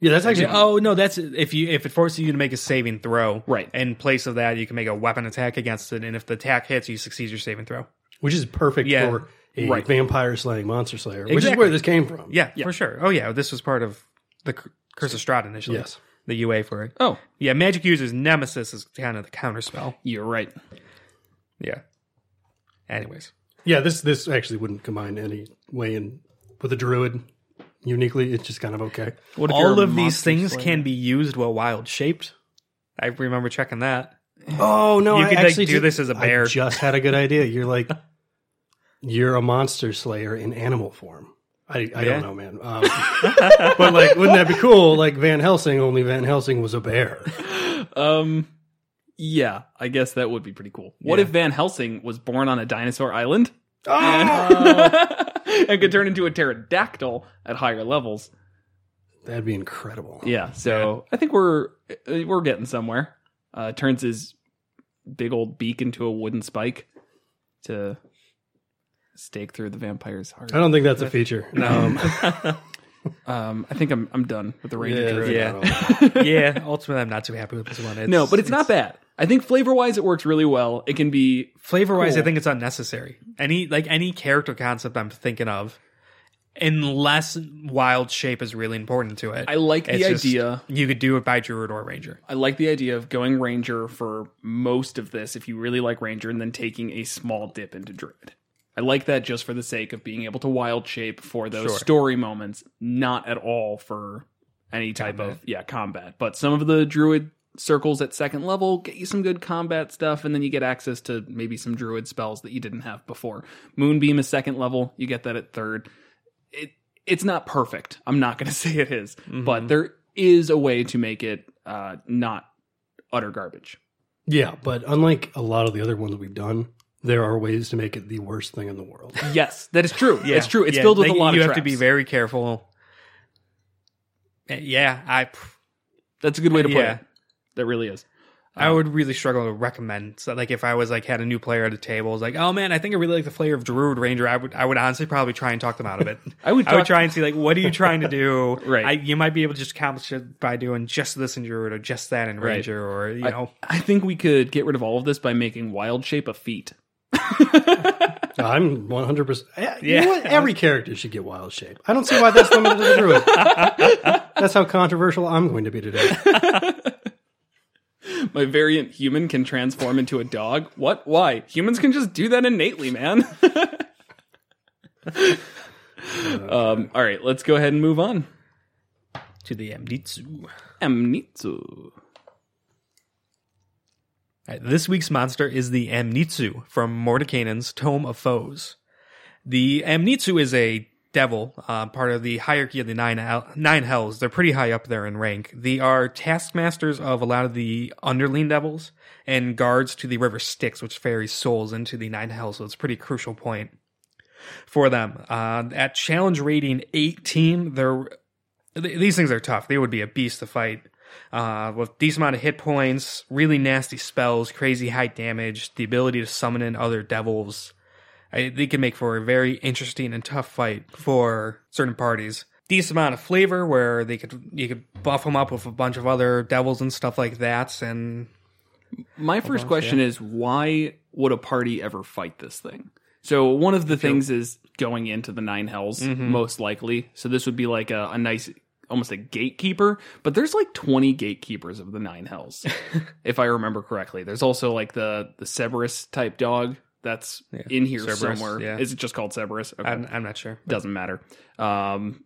[SPEAKER 3] Yeah, that's actually.
[SPEAKER 1] oh no, that's if you if it forces you to make a saving throw.
[SPEAKER 2] Right.
[SPEAKER 1] In place of that, you can make a weapon attack against it, and if the attack hits, you succeed your saving throw.
[SPEAKER 3] which is perfect
[SPEAKER 1] Yeah.
[SPEAKER 3] for a
[SPEAKER 2] Right.
[SPEAKER 3] vampire slaying monster slayer, which is
[SPEAKER 1] Exactly.
[SPEAKER 3] where this came from.
[SPEAKER 1] Yeah,
[SPEAKER 2] Yeah.
[SPEAKER 1] for sure. Oh yeah, this was part of the Cur- Curse of Strahd initially.
[SPEAKER 3] Yes.
[SPEAKER 1] the UA for it.
[SPEAKER 2] oh,
[SPEAKER 1] Yeah, magic users nemesis is kind of the counterspell.
[SPEAKER 2] you're right.
[SPEAKER 1] Yeah. Anyways,
[SPEAKER 3] Yeah, this this actually wouldn't combine any way in with a druid uniquely. It's just kind of okay.
[SPEAKER 2] What if
[SPEAKER 1] all
[SPEAKER 2] you're a
[SPEAKER 1] of these
[SPEAKER 2] monster
[SPEAKER 1] things
[SPEAKER 2] slayer?
[SPEAKER 1] can be used while wild shaped. I remember checking that.
[SPEAKER 3] Oh no,
[SPEAKER 1] You
[SPEAKER 3] I
[SPEAKER 1] could, like,
[SPEAKER 3] actually
[SPEAKER 1] do
[SPEAKER 3] ju-
[SPEAKER 1] this as a
[SPEAKER 3] I
[SPEAKER 1] bear.
[SPEAKER 3] just had a good idea. You're like, you're a monster slayer in animal form. I, I
[SPEAKER 1] Yeah.
[SPEAKER 3] don't know, man. Um, but like, wouldn't that be cool? Like Van Helsing, only Van Helsing was a bear.
[SPEAKER 2] Um, yeah, I guess that would be pretty cool. What
[SPEAKER 1] Yeah.
[SPEAKER 2] if Van Helsing was born on a dinosaur island and,
[SPEAKER 3] Oh,
[SPEAKER 2] Uh. and could turn into a pterodactyl at higher levels?
[SPEAKER 3] that'd be incredible.
[SPEAKER 2] Yeah, so I think we're uh, we're getting somewhere. Uh, turns his big old beak into a wooden spike to stake through the vampire's heart.
[SPEAKER 3] I don't think that's a feature. Um,
[SPEAKER 2] Um, I think I'm I'm done with the ranger.
[SPEAKER 3] yeah,
[SPEAKER 2] druid.
[SPEAKER 3] yeah.
[SPEAKER 1] yeah, ultimately, I'm not too happy with this one. It's,
[SPEAKER 2] No, but it's, not bad. I think flavor wise, it works really well. It can be
[SPEAKER 1] flavor wise.
[SPEAKER 2] Cool.
[SPEAKER 1] I think it's unnecessary. Any like any character concept I'm thinking of, unless wild shape is really important to it.
[SPEAKER 2] I like the
[SPEAKER 1] it's just-
[SPEAKER 2] idea.
[SPEAKER 1] you could do it by druid or ranger.
[SPEAKER 2] I like the idea of going ranger for most of this if you really like ranger, and then taking a small dip into druid. I like that just for the sake of being able to wild shape for those
[SPEAKER 1] Sure.
[SPEAKER 2] story moments, not at all for any type of yeah combat. But some of the druid circles at second level get you some good combat stuff, and then you get access to maybe some druid spells that you didn't have before. Moonbeam is second level, you get that at third. It it's not perfect. I'm not going to say it is,
[SPEAKER 1] Mm-hmm.
[SPEAKER 2] but there is a way to make it uh, not utter garbage.
[SPEAKER 3] Yeah, but unlike a lot of the other ones we've done, there are ways to make it the worst thing in the world.
[SPEAKER 2] Yes, that is true.
[SPEAKER 1] Yeah,
[SPEAKER 2] it's true. It's
[SPEAKER 1] yeah,
[SPEAKER 2] filled with
[SPEAKER 1] they-
[SPEAKER 2] a lot
[SPEAKER 1] You
[SPEAKER 2] of
[SPEAKER 1] have to be
[SPEAKER 2] traps.
[SPEAKER 1] very careful. Uh, Yeah, I
[SPEAKER 2] That's a good way to put
[SPEAKER 1] Yeah.
[SPEAKER 2] it. That really is.
[SPEAKER 1] I
[SPEAKER 2] Oh.
[SPEAKER 1] would really struggle to recommend. So, like, if I was like had a new player at a table, it's like, oh man, I think I really like the flavor of Druid Ranger. I would, I would honestly probably try and talk them out of it.
[SPEAKER 2] I would
[SPEAKER 1] I would
[SPEAKER 2] talk-
[SPEAKER 1] try and see like, what are you trying to do?
[SPEAKER 2] Right.
[SPEAKER 1] I, you might be able to just accomplish it by doing just this in Druid or just that in Ranger or you know,
[SPEAKER 2] I think we could get rid of all of this by making wild shape a feat.
[SPEAKER 3] I'm 100%. Yeah, You
[SPEAKER 1] Yeah.
[SPEAKER 3] know what? Every character should get wild shape. I don't see why that's limited to the druid. That's how controversial I'm going to be today.
[SPEAKER 2] My variant human can transform into a dog. What? Why? Humans can just do that innately, man. um, all right, let's go ahead and move on.
[SPEAKER 1] to the Mditsu.
[SPEAKER 2] Amnitsu.
[SPEAKER 1] Alright, this week's monster is the Amnitsu from Mordekainen's Tome of Foes. The Amnitsu is a devil, uh, part of the hierarchy of the nine hel- nine hells. They're pretty high up there in rank. They are taskmasters of a lot of the underling devils and guards to the river Styx, which ferries souls into the nine hells. So it's a pretty crucial point for them. Uh, at challenge rating 18, they're th- these things are tough. They would be a beast to fight. Uh, with decent amount of hit points, really nasty spells, crazy high damage, the ability to summon in other devils. I, they can make for a very interesting and tough fight for certain parties. Decent amount of flavor where they could you could buff them up with a bunch of other devils and stuff like that. And
[SPEAKER 2] My first question is why would a party ever fight this thing? So one of the things is going into the nine hells
[SPEAKER 1] Mm-hmm.
[SPEAKER 2] most likely. So this would be like a, a nice almost a gatekeeper, but there's like 20 gatekeepers of the nine hells if I remember correctly. There's also like the the Cerberus type dog that's
[SPEAKER 1] Yeah.
[SPEAKER 2] in here
[SPEAKER 1] Cerberus,
[SPEAKER 2] somewhere.
[SPEAKER 1] yeah.
[SPEAKER 2] Is it just called Cerberus? Okay.
[SPEAKER 1] I'm, I'm not sure.
[SPEAKER 2] doesn't matter. Um,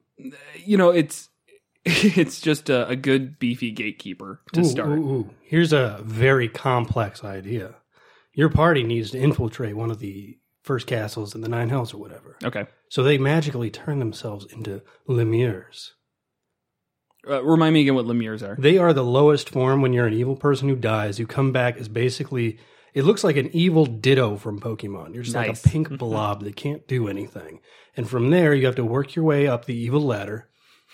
[SPEAKER 2] you know, it's it's just a, a good beefy gatekeeper to
[SPEAKER 3] Ooh,
[SPEAKER 2] start.
[SPEAKER 3] ooh, ooh. Here's a very complex idea. Your party needs to infiltrate one of the first castles in the Nine Hells or whatever.
[SPEAKER 2] Okay,
[SPEAKER 3] So they magically turn themselves into Lemures.
[SPEAKER 2] uh, remind me again what Lemures are.
[SPEAKER 3] They are the lowest form when you're an evil person who dies. You come back as basically, it looks like an evil ditto from Pokemon. You're just
[SPEAKER 2] Nice. Mm-hmm.
[SPEAKER 3] like a pink blob that can't do anything. And from there, you have to work your way up the evil ladder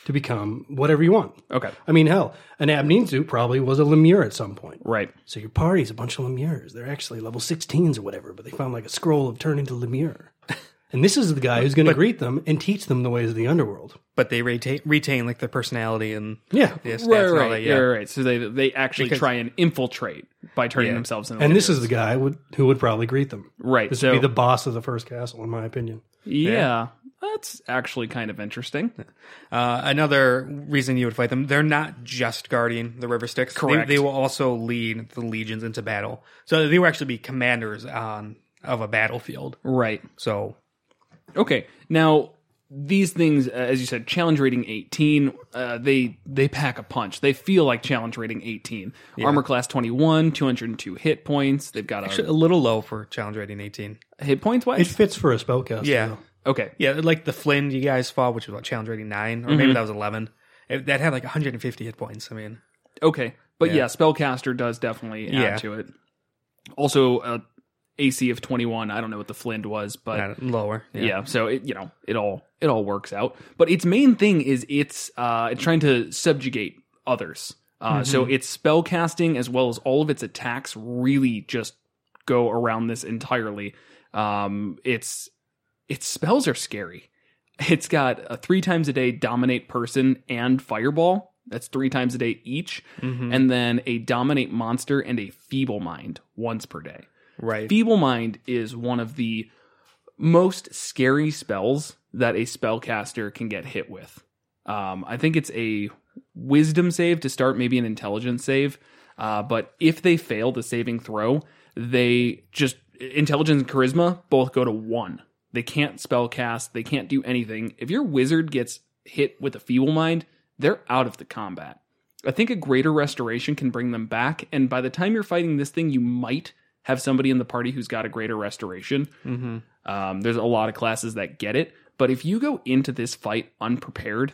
[SPEAKER 3] to become whatever you want.
[SPEAKER 2] Okay,
[SPEAKER 3] I mean, hell, an Abninzu probably was a Lemure at some point.
[SPEAKER 2] right.
[SPEAKER 3] So your party's a bunch of Lemures. They're actually level 16s or whatever, but they found like a scroll of turn into Lemure. And this is the guy who's going to greet them and teach them the ways of the underworld.
[SPEAKER 1] But they retain retain like their personality and
[SPEAKER 3] Yeah.
[SPEAKER 1] the stats
[SPEAKER 2] Right,
[SPEAKER 1] and all
[SPEAKER 2] right,
[SPEAKER 1] that.
[SPEAKER 2] yeah,
[SPEAKER 1] Yeah.
[SPEAKER 2] right, right. So they they actually
[SPEAKER 1] Because-
[SPEAKER 2] try and infiltrate by turning
[SPEAKER 1] Yeah.
[SPEAKER 2] themselves into
[SPEAKER 3] And this is
[SPEAKER 2] Lemures.
[SPEAKER 3] the guy would, who would probably greet them.
[SPEAKER 2] right.
[SPEAKER 3] This
[SPEAKER 2] so
[SPEAKER 3] would be the boss of the first castle, in my opinion.
[SPEAKER 2] yeah, that's actually kind of interesting.
[SPEAKER 1] Uh, another reason you would fight them, they're not just guarding the river sticks. They-
[SPEAKER 2] Correct.
[SPEAKER 1] They, will also lead the legions into battle. So they will actually be commanders on of a battlefield.
[SPEAKER 2] Right.
[SPEAKER 1] So
[SPEAKER 2] Okay. Now these things, uh, as you said, challenge rating eighteen. Uh, they they pack a punch. They feel like challenge rating eighteen. Armor class twenty one, two hundred and two hit points. They've got
[SPEAKER 1] a
[SPEAKER 2] a
[SPEAKER 1] little low for challenge rating 18.
[SPEAKER 2] hit points
[SPEAKER 3] It
[SPEAKER 2] wise.
[SPEAKER 3] fits for a spellcaster.
[SPEAKER 1] Yeah.
[SPEAKER 3] though.
[SPEAKER 2] Okay.
[SPEAKER 1] Yeah, like the Flynn you guys fought, which was what, challenge rating 9, or
[SPEAKER 3] Mm-hmm.
[SPEAKER 1] maybe that was 11. It, that had like 150 hit points. I mean,
[SPEAKER 2] Okay. But yeah,
[SPEAKER 1] Yeah.
[SPEAKER 2] spellcaster does definitely add
[SPEAKER 1] Yeah.
[SPEAKER 2] to it. Also, uh, AC of twenty one. I don't know what the Flint was, but
[SPEAKER 1] not- lower.
[SPEAKER 2] yeah. so it you know it all it all works out but its main thing is it's uh it's trying to subjugate others uh so its spell casting as well as all of its attacks really just go around this entirely um it's its spells are scary it's got a three times a day dominate person and fireball that's three times a day each
[SPEAKER 1] Mhm.
[SPEAKER 2] and then a dominate monster and a feeble mind once per day
[SPEAKER 1] Right.
[SPEAKER 2] Feeble Mind is one of the most scary spells that a spellcaster can get hit with. Um, I think it's a wisdom save to start, maybe an intelligence save. Uh, but if they fail the saving throw, they just intelligence and charisma both go to one. They can't spell cast, they can't do anything. If your wizard gets hit with a feeble mind, they're out of the combat. I think a greater restoration can bring them back, and by the time you're fighting this thing, you might have somebody in the party who's got a greater restoration.
[SPEAKER 1] Mm-hmm.
[SPEAKER 2] Um, there's a lot of classes that get it, but if you go into this fight unprepared,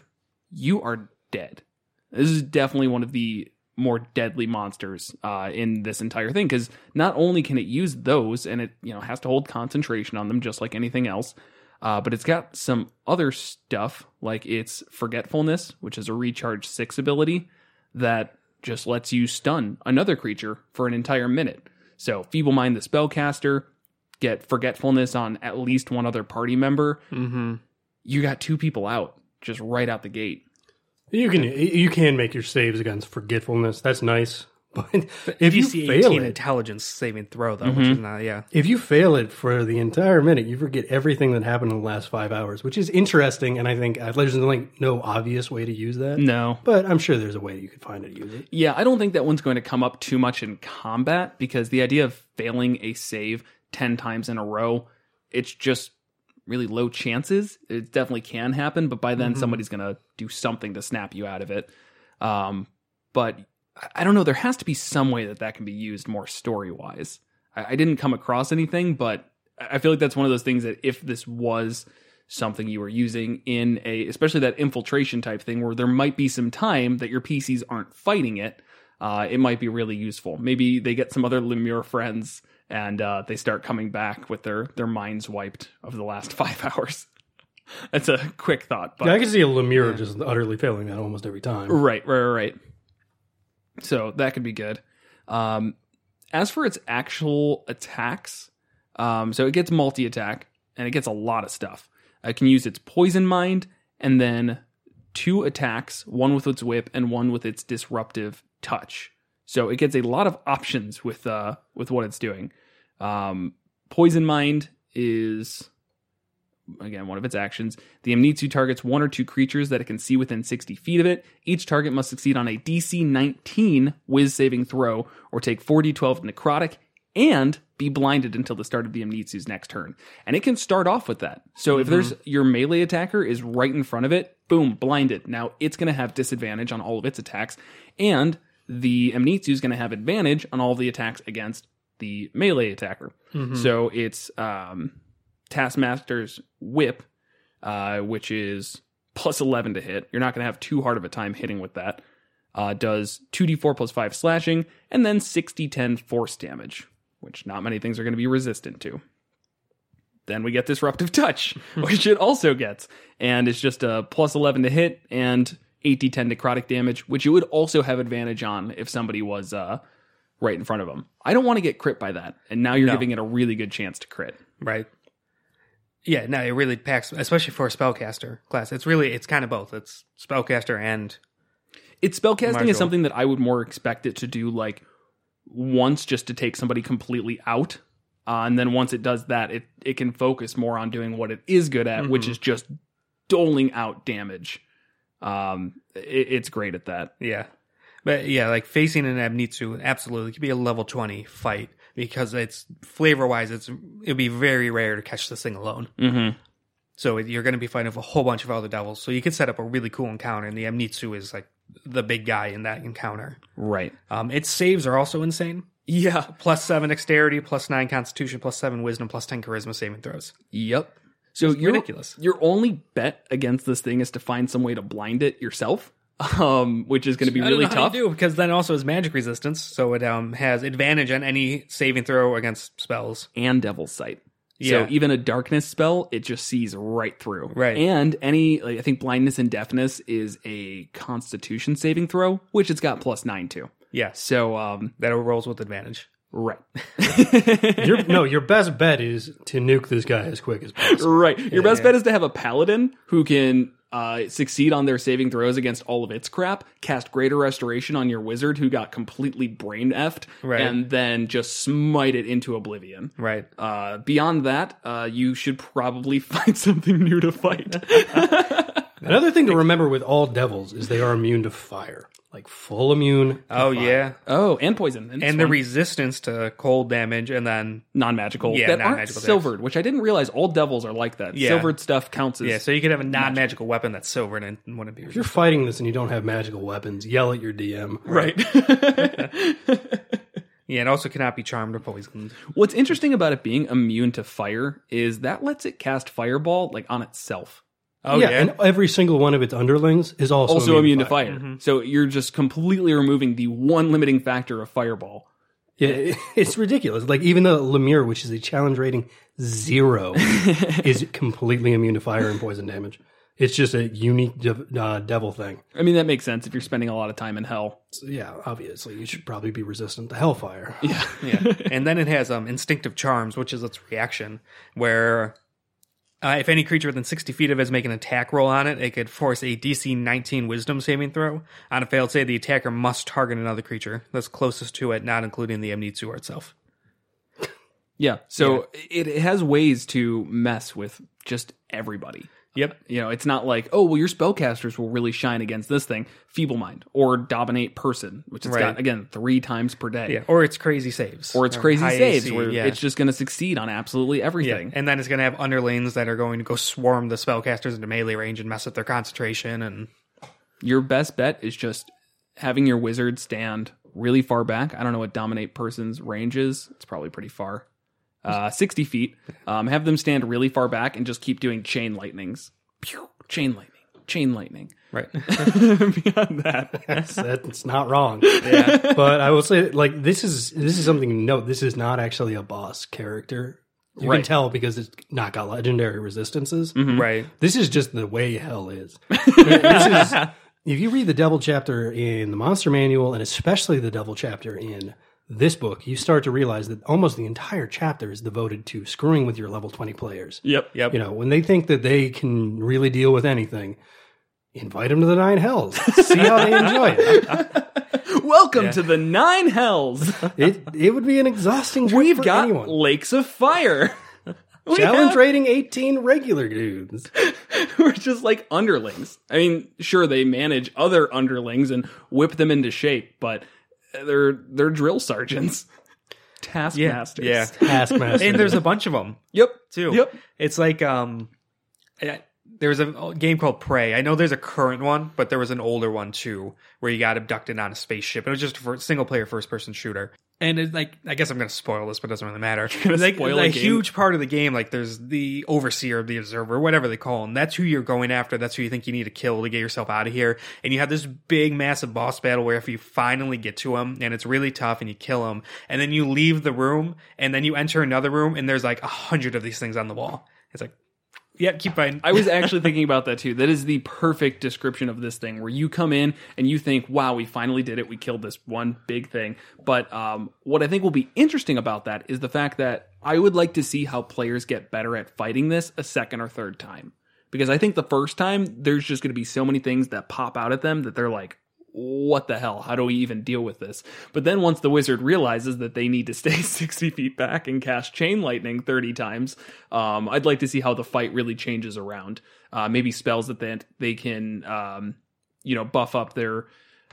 [SPEAKER 2] you are dead. This is definitely one of the more deadly monsters uh, in this entire thing because not only can it use those, and it you know has to hold concentration on them just like anything else, uh, but it's got some other stuff like its forgetfulness, which is a recharge six ability that just lets you stun another creature for an entire minute. So feeble mind the spellcaster get forgetfulness on at least one other party member.
[SPEAKER 1] Mm-hmm.
[SPEAKER 2] You got two people out just right out the gate.
[SPEAKER 3] You can you can make your saves against forgetfulness. That's nice. But if you
[SPEAKER 1] DC 18
[SPEAKER 3] fail it, Mm-hmm.
[SPEAKER 1] intelligence saving throw, though, which is not, yeah.
[SPEAKER 3] if you fail it for the entire minute, you forget everything that happened in the last five hours, which is interesting. And I think uh, there's like no obvious way to use that.
[SPEAKER 2] No.
[SPEAKER 3] But I'm sure there's a way you could find it to use it.
[SPEAKER 2] Yeah, I don't think that one's going to come up too much in combat because the idea of failing a save 10 times in a row, it's just really low chances. It definitely can happen, but by then somebody's going to do something to snap you out of it. Um, but I- I don't know. There has to be some way that that can be used more story wise. I, I didn't come across anything, but I I feel like that's one of those things that if this was something you were using in a, especially that infiltration type thing where there might be some time that your PCs aren't fighting it, uh, it might be really useful. Maybe they get some other Lemure friends and uh, they start coming back with their their minds wiped of the last five hours. that's a quick thought, but
[SPEAKER 3] Yeah, I can see a Lemure just utterly failing that almost every time.
[SPEAKER 2] Right, right, right, right. So that could be good. Um, as for its actual attacks, um, so it gets multi attack and it gets a lot of stuff. It can use its poison mind and then two attacks one with its whip and one with its disruptive touch. So it gets a lot of options with uh, with what it's doing. Um, poison mind is again one of its actions. The Amnitsu targets one or two creatures that it can see within 60 feet of it. Each target must succeed on a DC 19 Wiz saving throw or take 4d12 necrotic and be blinded until the start of the Amnitsu's next turn. And it can start off with that. So if there's your melee attacker is right in front of it, boom, blinded. Now it's going to have disadvantage on all of its attacks, and the Amnitsu is going to have advantage on all of the attacks against the melee attacker.
[SPEAKER 3] Mm-hmm.
[SPEAKER 1] Mm-hmm.
[SPEAKER 2] So it's um, Taskmaster's whip, uh, which is plus 11 to hit. You're not going to have too hard of a time hitting with that. Uh, does 2d4 plus 5 slashing, and then 60-10 force damage, which not many things are going to be resistant to. Then we get Disruptive Touch, which it also gets. And it's just a plus 11 to hit and 8d10 necrotic damage, which you would also have advantage on if somebody was uh, right in front of them. I don't want to get crit by that. And now you're
[SPEAKER 1] No.
[SPEAKER 2] giving it a really good chance to crit.
[SPEAKER 1] Right. Yeah, no, it really packs, especially for a spellcaster class. It's really, it's kind of both. It's spellcaster and
[SPEAKER 2] It's spellcasting
[SPEAKER 1] Marginal.
[SPEAKER 2] is something that I would more expect it to do like once just to take somebody completely out. Uh, and then once it does that, it, it can focus more on doing what it is good at,
[SPEAKER 1] Mm-hmm.
[SPEAKER 2] which is just doling out damage. Um, it, it's great at that.
[SPEAKER 1] Yeah. But yeah, like facing an Abnitsu, absolutely it could be a level 20 fight because it's flavor wise, it's it'd be very rare to catch this thing alone.
[SPEAKER 2] Mm-hmm.
[SPEAKER 1] So it- you're going to be fighting with a whole bunch of other devils. So you could set up a really cool encounter, and the Amnitsu is like the big guy in that encounter.
[SPEAKER 2] Right.
[SPEAKER 1] Um, its saves are also insane.
[SPEAKER 2] Yeah.
[SPEAKER 1] Plus seven dexterity, plus nine constitution, plus seven wisdom, plus ten charisma saving throws.
[SPEAKER 2] Yep. So you're
[SPEAKER 1] ridiculous.
[SPEAKER 2] Your only bet against this thing is to find some way to blind it yourself, um, which is going to be
[SPEAKER 1] I don't
[SPEAKER 2] really
[SPEAKER 1] know how
[SPEAKER 2] tough.
[SPEAKER 1] you do because then also is magic resistance, so it um has advantage on any saving throw against spells.
[SPEAKER 2] and devil's sight.
[SPEAKER 1] Yeah.
[SPEAKER 2] So even a darkness spell, it just sees right through.
[SPEAKER 1] Right.
[SPEAKER 2] And any, like, I think blindness and deafness is a Constitution saving throw, which it's got plus nine to.
[SPEAKER 1] Yes,
[SPEAKER 2] So, um,
[SPEAKER 1] that rolls with advantage.
[SPEAKER 2] right,
[SPEAKER 3] Your, no, your best bet is to nuke this guy as quick as possible.
[SPEAKER 2] right. Your best bet is to have a paladin who can uh, succeed on their saving throws against all of its crap. Cast greater restoration on your wizard who got completely brain effed,
[SPEAKER 1] Right.
[SPEAKER 2] and then just smite it into oblivion.
[SPEAKER 1] Right.
[SPEAKER 2] Uh, beyond that, uh, you should probably find something new to fight.
[SPEAKER 3] Another thing to remember with all devils is they are immune to fire, like full immune. to
[SPEAKER 1] Oh
[SPEAKER 3] fire.
[SPEAKER 1] yeah,
[SPEAKER 2] Oh, and poison, and,
[SPEAKER 1] and the resistance to cold damage, and then
[SPEAKER 2] non-magical
[SPEAKER 1] Yeah,
[SPEAKER 2] that aren't
[SPEAKER 1] non-magical attacks.
[SPEAKER 2] silvered, which I didn't realize all devils are like that.
[SPEAKER 1] Yeah.
[SPEAKER 2] Silvered stuff counts as
[SPEAKER 1] yeah, so you could have a non-magical weapon that's silver and it wouldn't be.
[SPEAKER 3] If you're fighting this and you don't have magical weapons, yell at your DM.
[SPEAKER 2] right.
[SPEAKER 1] Yeah, it also cannot be charmed or poisoned.
[SPEAKER 2] What's interesting about it being immune to fire is that lets it cast fireball like on itself.
[SPEAKER 1] Oh
[SPEAKER 3] yeah, and every single one of its underlings is also,
[SPEAKER 2] Also immune, to fire. Mm-hmm. So you're just completely removing the one limiting factor of fireball.
[SPEAKER 3] Yeah, it- it's ridiculous. Like even the Lemur, which is a challenge rating zero, is completely immune to fire and poison damage. It's just a unique dev- uh, devil thing.
[SPEAKER 2] I mean that makes sense if you're spending a lot of time in hell.
[SPEAKER 3] So, yeah, obviously you should probably be resistant to hellfire.
[SPEAKER 2] Yeah.
[SPEAKER 1] yeah. And then it has um, instinctive charms, which is its reaction, where uh, if any creature within 60 feet of it is making an attack roll on it, it could force a DC 19 wisdom saving throw. On a failed save, the attacker must target another creature that's closest to it, not including the Amnitsu or itself.
[SPEAKER 2] Yeah. So It, it has ways to mess with just everybody.
[SPEAKER 1] Yep.
[SPEAKER 2] You know, it's not like, oh, well, your spellcasters will really shine against this thing, feeble mind or dominate person, which it's
[SPEAKER 1] Right.
[SPEAKER 2] got again three times per day.
[SPEAKER 1] Yeah. Or it's crazy saves.
[SPEAKER 2] Or it's crazy
[SPEAKER 1] high
[SPEAKER 2] saves
[SPEAKER 1] AC,
[SPEAKER 2] where
[SPEAKER 1] yeah.
[SPEAKER 2] it's just going to succeed on absolutely
[SPEAKER 1] Yeah.
[SPEAKER 2] everything.
[SPEAKER 1] And then it's going to have underlings that are going to go swarm the spellcasters into melee range and mess up their concentration. And
[SPEAKER 2] Your best bet is just having your wizard stand really far back. I don't know what dominate person's range is. It's probably pretty far, uh, sixty feet. Um, have them stand really far back and just keep doing chain lightnings, Pew! chain lightning, chain lightning.
[SPEAKER 1] right.
[SPEAKER 2] Beyond that,
[SPEAKER 3] That's, that's not wrong. Yeah. But I will say, like this is this is something to note. This is not actually a boss character. You can
[SPEAKER 2] Right. Mm-hmm.
[SPEAKER 3] tell because it's not got legendary resistances.
[SPEAKER 1] right.
[SPEAKER 3] This is just the way hell is. this is if you read the devil chapter in the monster manual and especially the devil chapter in this book, you start to realize that almost the entire chapter is devoted to screwing with your level 20 players.
[SPEAKER 2] yep, yep.
[SPEAKER 3] You know, when they think that they can really deal with anything, invite them to the nine hells. See how they enjoy it.
[SPEAKER 2] Welcome to the Nine Hells.
[SPEAKER 3] It, it would be an exhausting trip
[SPEAKER 2] We've
[SPEAKER 3] for
[SPEAKER 2] got
[SPEAKER 3] anyone.
[SPEAKER 2] lakes of fire. We
[SPEAKER 3] Challenge
[SPEAKER 2] have-
[SPEAKER 3] rating 18 regular dudes.
[SPEAKER 2] we're just like underlings. I mean, sure they manage other underlings and whip them into shape, but they're they're drill sergeants. Taskmasters.
[SPEAKER 1] Yeah.
[SPEAKER 3] Taskmaster.
[SPEAKER 1] and there's a bunch of them
[SPEAKER 2] Yep.
[SPEAKER 1] too.
[SPEAKER 2] Yep.
[SPEAKER 1] It's like um, I- there's a game called Prey. I know there's a current one, but there was an older one too, where you got abducted on a spaceship. It was just a single player first person shooter. And it, like, I guess I'm gonna spoil this, but it doesn't really matter.
[SPEAKER 2] gonna
[SPEAKER 1] like,
[SPEAKER 2] spoil
[SPEAKER 1] a
[SPEAKER 2] a game?
[SPEAKER 1] huge part of the game, like, there's the overseer of the observer, whatever they call him. That's who you're going after. That's who you think you need to kill to get yourself out of here. And you have this big, massive boss battle where if you finally get to him, and it's really tough, and you kill him, and then you leave the room, and then you enter another room, and there's like a hundred of these things on the wall. It's like, yeah, keep fighting.
[SPEAKER 2] I was actually thinking about that too. That is the perfect description of this thing, where you come in and you think, "Wow, we finally did it. We killed this one big thing." But um, what I think will be interesting about that is the fact that I would like to see how players get better at fighting this a second or third time, because I think the first time there's just going to be so many things that pop out at them that they're like. What the hell? How do we even deal with this? But then once the wizard realizes that they need to stay 60 feet back and cast chain lightning 30 times, um, I'd like to see how the fight really changes around. Uh, maybe spells that they, they can, um, you know, buff up their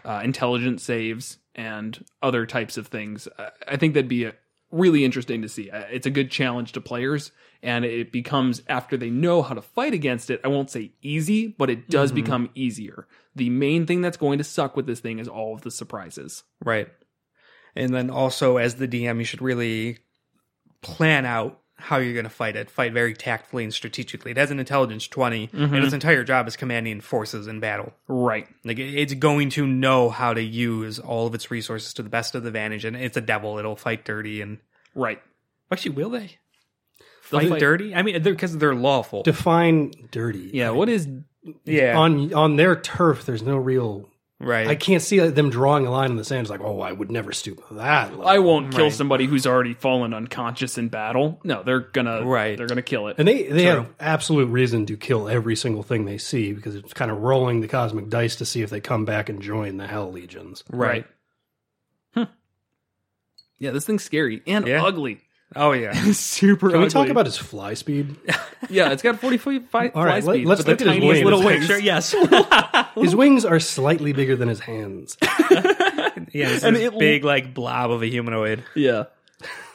[SPEAKER 2] uh, intelligence saves and other types of things. I, I think that'd be a, really interesting to see. Uh, It's a good challenge to players, and it becomes after they know how to fight against it. I won't say easy, but it does
[SPEAKER 3] Mm-hmm.
[SPEAKER 2] become easier. The main thing that's going to suck with this thing is all of the surprises.
[SPEAKER 1] Right. And then also as the DM, you should really plan out how you're going to fight it. Fight very tactfully and strategically. It has an intelligence 20, and its entire job is commanding forces in battle.
[SPEAKER 2] Right.
[SPEAKER 1] Like it- it's going to know how to use all of its resources to the best of the advantage and it's a devil. It'll fight dirty and
[SPEAKER 2] Right.
[SPEAKER 1] actually will they?
[SPEAKER 2] They'll
[SPEAKER 1] Fight
[SPEAKER 2] fight-
[SPEAKER 1] dirty? I mean, they're because they're lawful.
[SPEAKER 3] define dirty.
[SPEAKER 2] Yeah. What is
[SPEAKER 1] yeah.
[SPEAKER 3] On on their turf, there's no real.
[SPEAKER 1] right.
[SPEAKER 3] I can't see them drawing a line in the sand. It's like, oh, I would never stoop to that. Level.
[SPEAKER 2] I won't kill
[SPEAKER 1] Right.
[SPEAKER 2] somebody who's already fallen unconscious in battle. No, they're gonna
[SPEAKER 1] Right.
[SPEAKER 2] they're gonna kill it.
[SPEAKER 3] And they they have absolute reason to kill every single thing they see because it's kind of rolling the cosmic dice to see if they come back and join the Hell Legions.
[SPEAKER 1] right.
[SPEAKER 2] Yeah, this thing's scary and
[SPEAKER 1] Yeah.
[SPEAKER 2] ugly.
[SPEAKER 1] Oh yeah.
[SPEAKER 2] Super
[SPEAKER 3] Can
[SPEAKER 2] ugly.
[SPEAKER 3] we talk about its fly speed?
[SPEAKER 2] Yeah, it's got 45 fly,
[SPEAKER 3] All right,
[SPEAKER 2] fly
[SPEAKER 3] let-
[SPEAKER 2] speed.
[SPEAKER 3] let's
[SPEAKER 2] but
[SPEAKER 3] look
[SPEAKER 2] the
[SPEAKER 3] at his
[SPEAKER 2] tiniest
[SPEAKER 3] wings.
[SPEAKER 2] little wings.
[SPEAKER 1] Picture, yes. Oh.
[SPEAKER 3] His wings are slightly bigger than his hands.
[SPEAKER 1] yeah. This
[SPEAKER 2] And
[SPEAKER 1] is
[SPEAKER 2] it-
[SPEAKER 1] big like blob of a humanoid.
[SPEAKER 2] Yeah.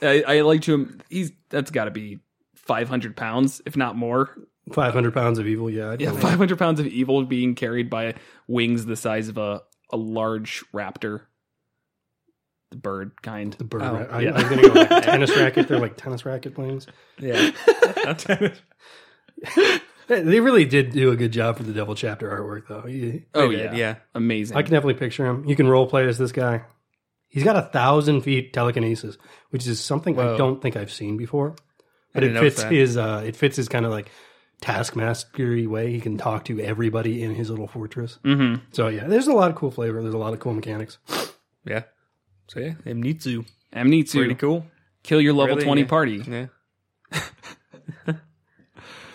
[SPEAKER 2] I, I like to him. He's that's got to be 500 pounds, if not more.
[SPEAKER 3] Five hundred pounds of evil. Yeah, I'd
[SPEAKER 2] Yeah,
[SPEAKER 3] go with
[SPEAKER 2] 500 pounds of evil being carried by wings the size of a, a large raptor, the bird kind.
[SPEAKER 3] the bird.
[SPEAKER 1] Oh,
[SPEAKER 3] ra- I,
[SPEAKER 2] yeah.
[SPEAKER 3] I'm gonna go like tennis racket. They're like tennis racket wings.
[SPEAKER 1] Yeah.
[SPEAKER 3] They- They really did do a good job for the Devil Chapter artwork, though. He-
[SPEAKER 2] Oh
[SPEAKER 1] They did,
[SPEAKER 2] yeah,
[SPEAKER 1] Yeah.
[SPEAKER 2] amazing.
[SPEAKER 3] I can definitely picture him. You can role play as this guy. He's got a thousand feet telekinesis, which is something
[SPEAKER 1] Whoa.
[SPEAKER 3] I don't think I've seen before. But
[SPEAKER 1] didn't
[SPEAKER 3] it
[SPEAKER 1] notice
[SPEAKER 3] fits
[SPEAKER 1] that.
[SPEAKER 3] his. Uh, it fits his kind of like taskmastery way. He can talk to everybody in his little fortress.
[SPEAKER 1] Mm-hmm.
[SPEAKER 2] Mhm.
[SPEAKER 3] So yeah, there's a lot of cool flavor. There's a lot of cool mechanics.
[SPEAKER 1] Yeah. So yeah, Mnitsu.
[SPEAKER 2] Amnitsu,
[SPEAKER 1] Pretty cool.
[SPEAKER 2] kill your level
[SPEAKER 1] Really,
[SPEAKER 2] 20
[SPEAKER 1] yeah.
[SPEAKER 2] party.
[SPEAKER 1] Yeah.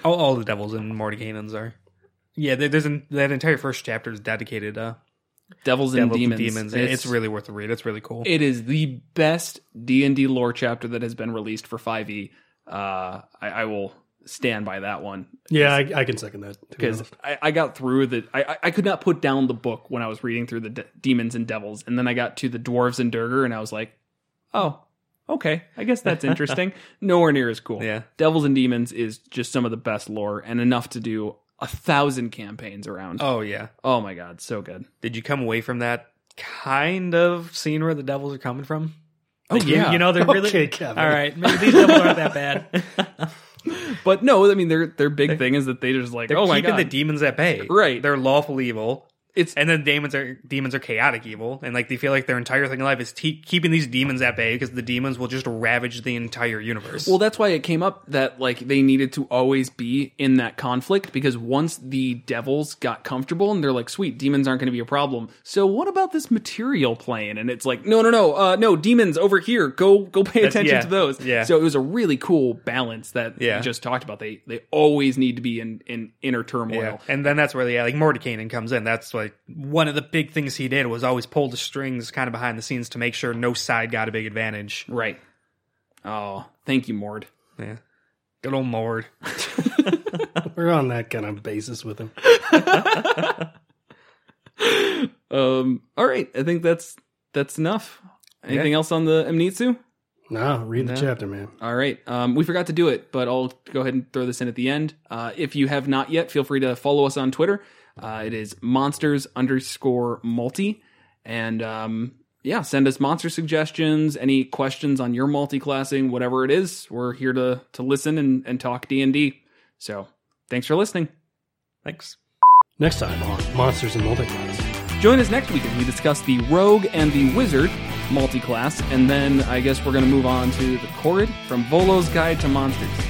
[SPEAKER 1] all, all the devils and Mordecai-nans are. Yeah, there- there's an, that entire first chapter is dedicated uh,
[SPEAKER 2] Devils and
[SPEAKER 1] devils and
[SPEAKER 2] demons.
[SPEAKER 1] demons. It's, it's really worth a read. It's really cool.
[SPEAKER 2] it is the best D and D lore chapter that has been released for 5e. Uh, I, I will stand by that one.
[SPEAKER 3] Yeah, I, I can second that. to be
[SPEAKER 2] because
[SPEAKER 3] honest.
[SPEAKER 2] I, I got through the I, I- I could not put down the book when I was reading through the de- demons and devils, and then I got to the dwarves and Durger, and I was like, oh, okay, I guess that's interesting. Nowhere near as cool.
[SPEAKER 1] Yeah.
[SPEAKER 2] devils and demons is just some of the best lore, and enough to do a thousand campaigns around. Oh,
[SPEAKER 1] oh yeah.
[SPEAKER 2] my god, so good.
[SPEAKER 1] Did you come away from that kind of seeing where the devils are coming from?
[SPEAKER 2] Oh,
[SPEAKER 1] Like, you-
[SPEAKER 2] yeah.
[SPEAKER 1] You know they're really
[SPEAKER 3] Okay, Kevin.
[SPEAKER 1] All right, maybe these devils aren't that bad.
[SPEAKER 2] But no, I mean their their big thing is that they just like
[SPEAKER 1] They're
[SPEAKER 2] oh my
[SPEAKER 1] keeping
[SPEAKER 2] god,
[SPEAKER 1] the demons at bay.
[SPEAKER 2] Right.
[SPEAKER 1] They're lawful evil.
[SPEAKER 2] it's
[SPEAKER 1] And then demons are demons are chaotic evil, and like they feel like their entire thing in life is te- keeping these demons at bay because the demons will just ravage the entire universe.
[SPEAKER 2] Well, that's why it came up that like they needed to always be in that conflict because once the devils got comfortable and they're like, "Sweet, demons aren't going to be a problem." So what about this material plane? And it's like, "No, no, no, uh, no, demons over here. Go, go, pay attention
[SPEAKER 1] yeah,
[SPEAKER 2] to those."
[SPEAKER 1] yeah.
[SPEAKER 2] So it was a really cool balance that
[SPEAKER 1] Yeah.
[SPEAKER 2] you just talked about. They they always need to be in in inner turmoil.
[SPEAKER 1] Yeah. And then that's where the yeah, like Mordekainen comes in. That's like one of the big things he did was always pull the strings kind of behind the scenes to make sure no side got a big advantage.
[SPEAKER 2] Right. Oh, thank you, Mord.
[SPEAKER 1] Yeah. Good old Mord.
[SPEAKER 3] We're on that kind of basis with him.
[SPEAKER 2] Um. All right. I think that's that's enough. Anything else on the Amnitsu?
[SPEAKER 3] No, read the
[SPEAKER 1] No.
[SPEAKER 3] chapter, man.
[SPEAKER 2] All right. Um, we forgot to do it, but I'll go ahead and throw this in at the end. Uh, if you have not yet, feel free to follow us on Twitter. Uh, it is monsters underscore multi. And um, yeah, send us monster suggestions, any questions on your multi-classing, whatever it is. We're here to, to listen and, and talk D&D. So thanks for listening.
[SPEAKER 1] Thanks.
[SPEAKER 3] Next time on Monsters and Multiclass.
[SPEAKER 2] Join us next week as we discuss the Rogue and the Wizard multi-class. And then I guess we're going to move on to the Chorrid from Volo's Guide to Monsters.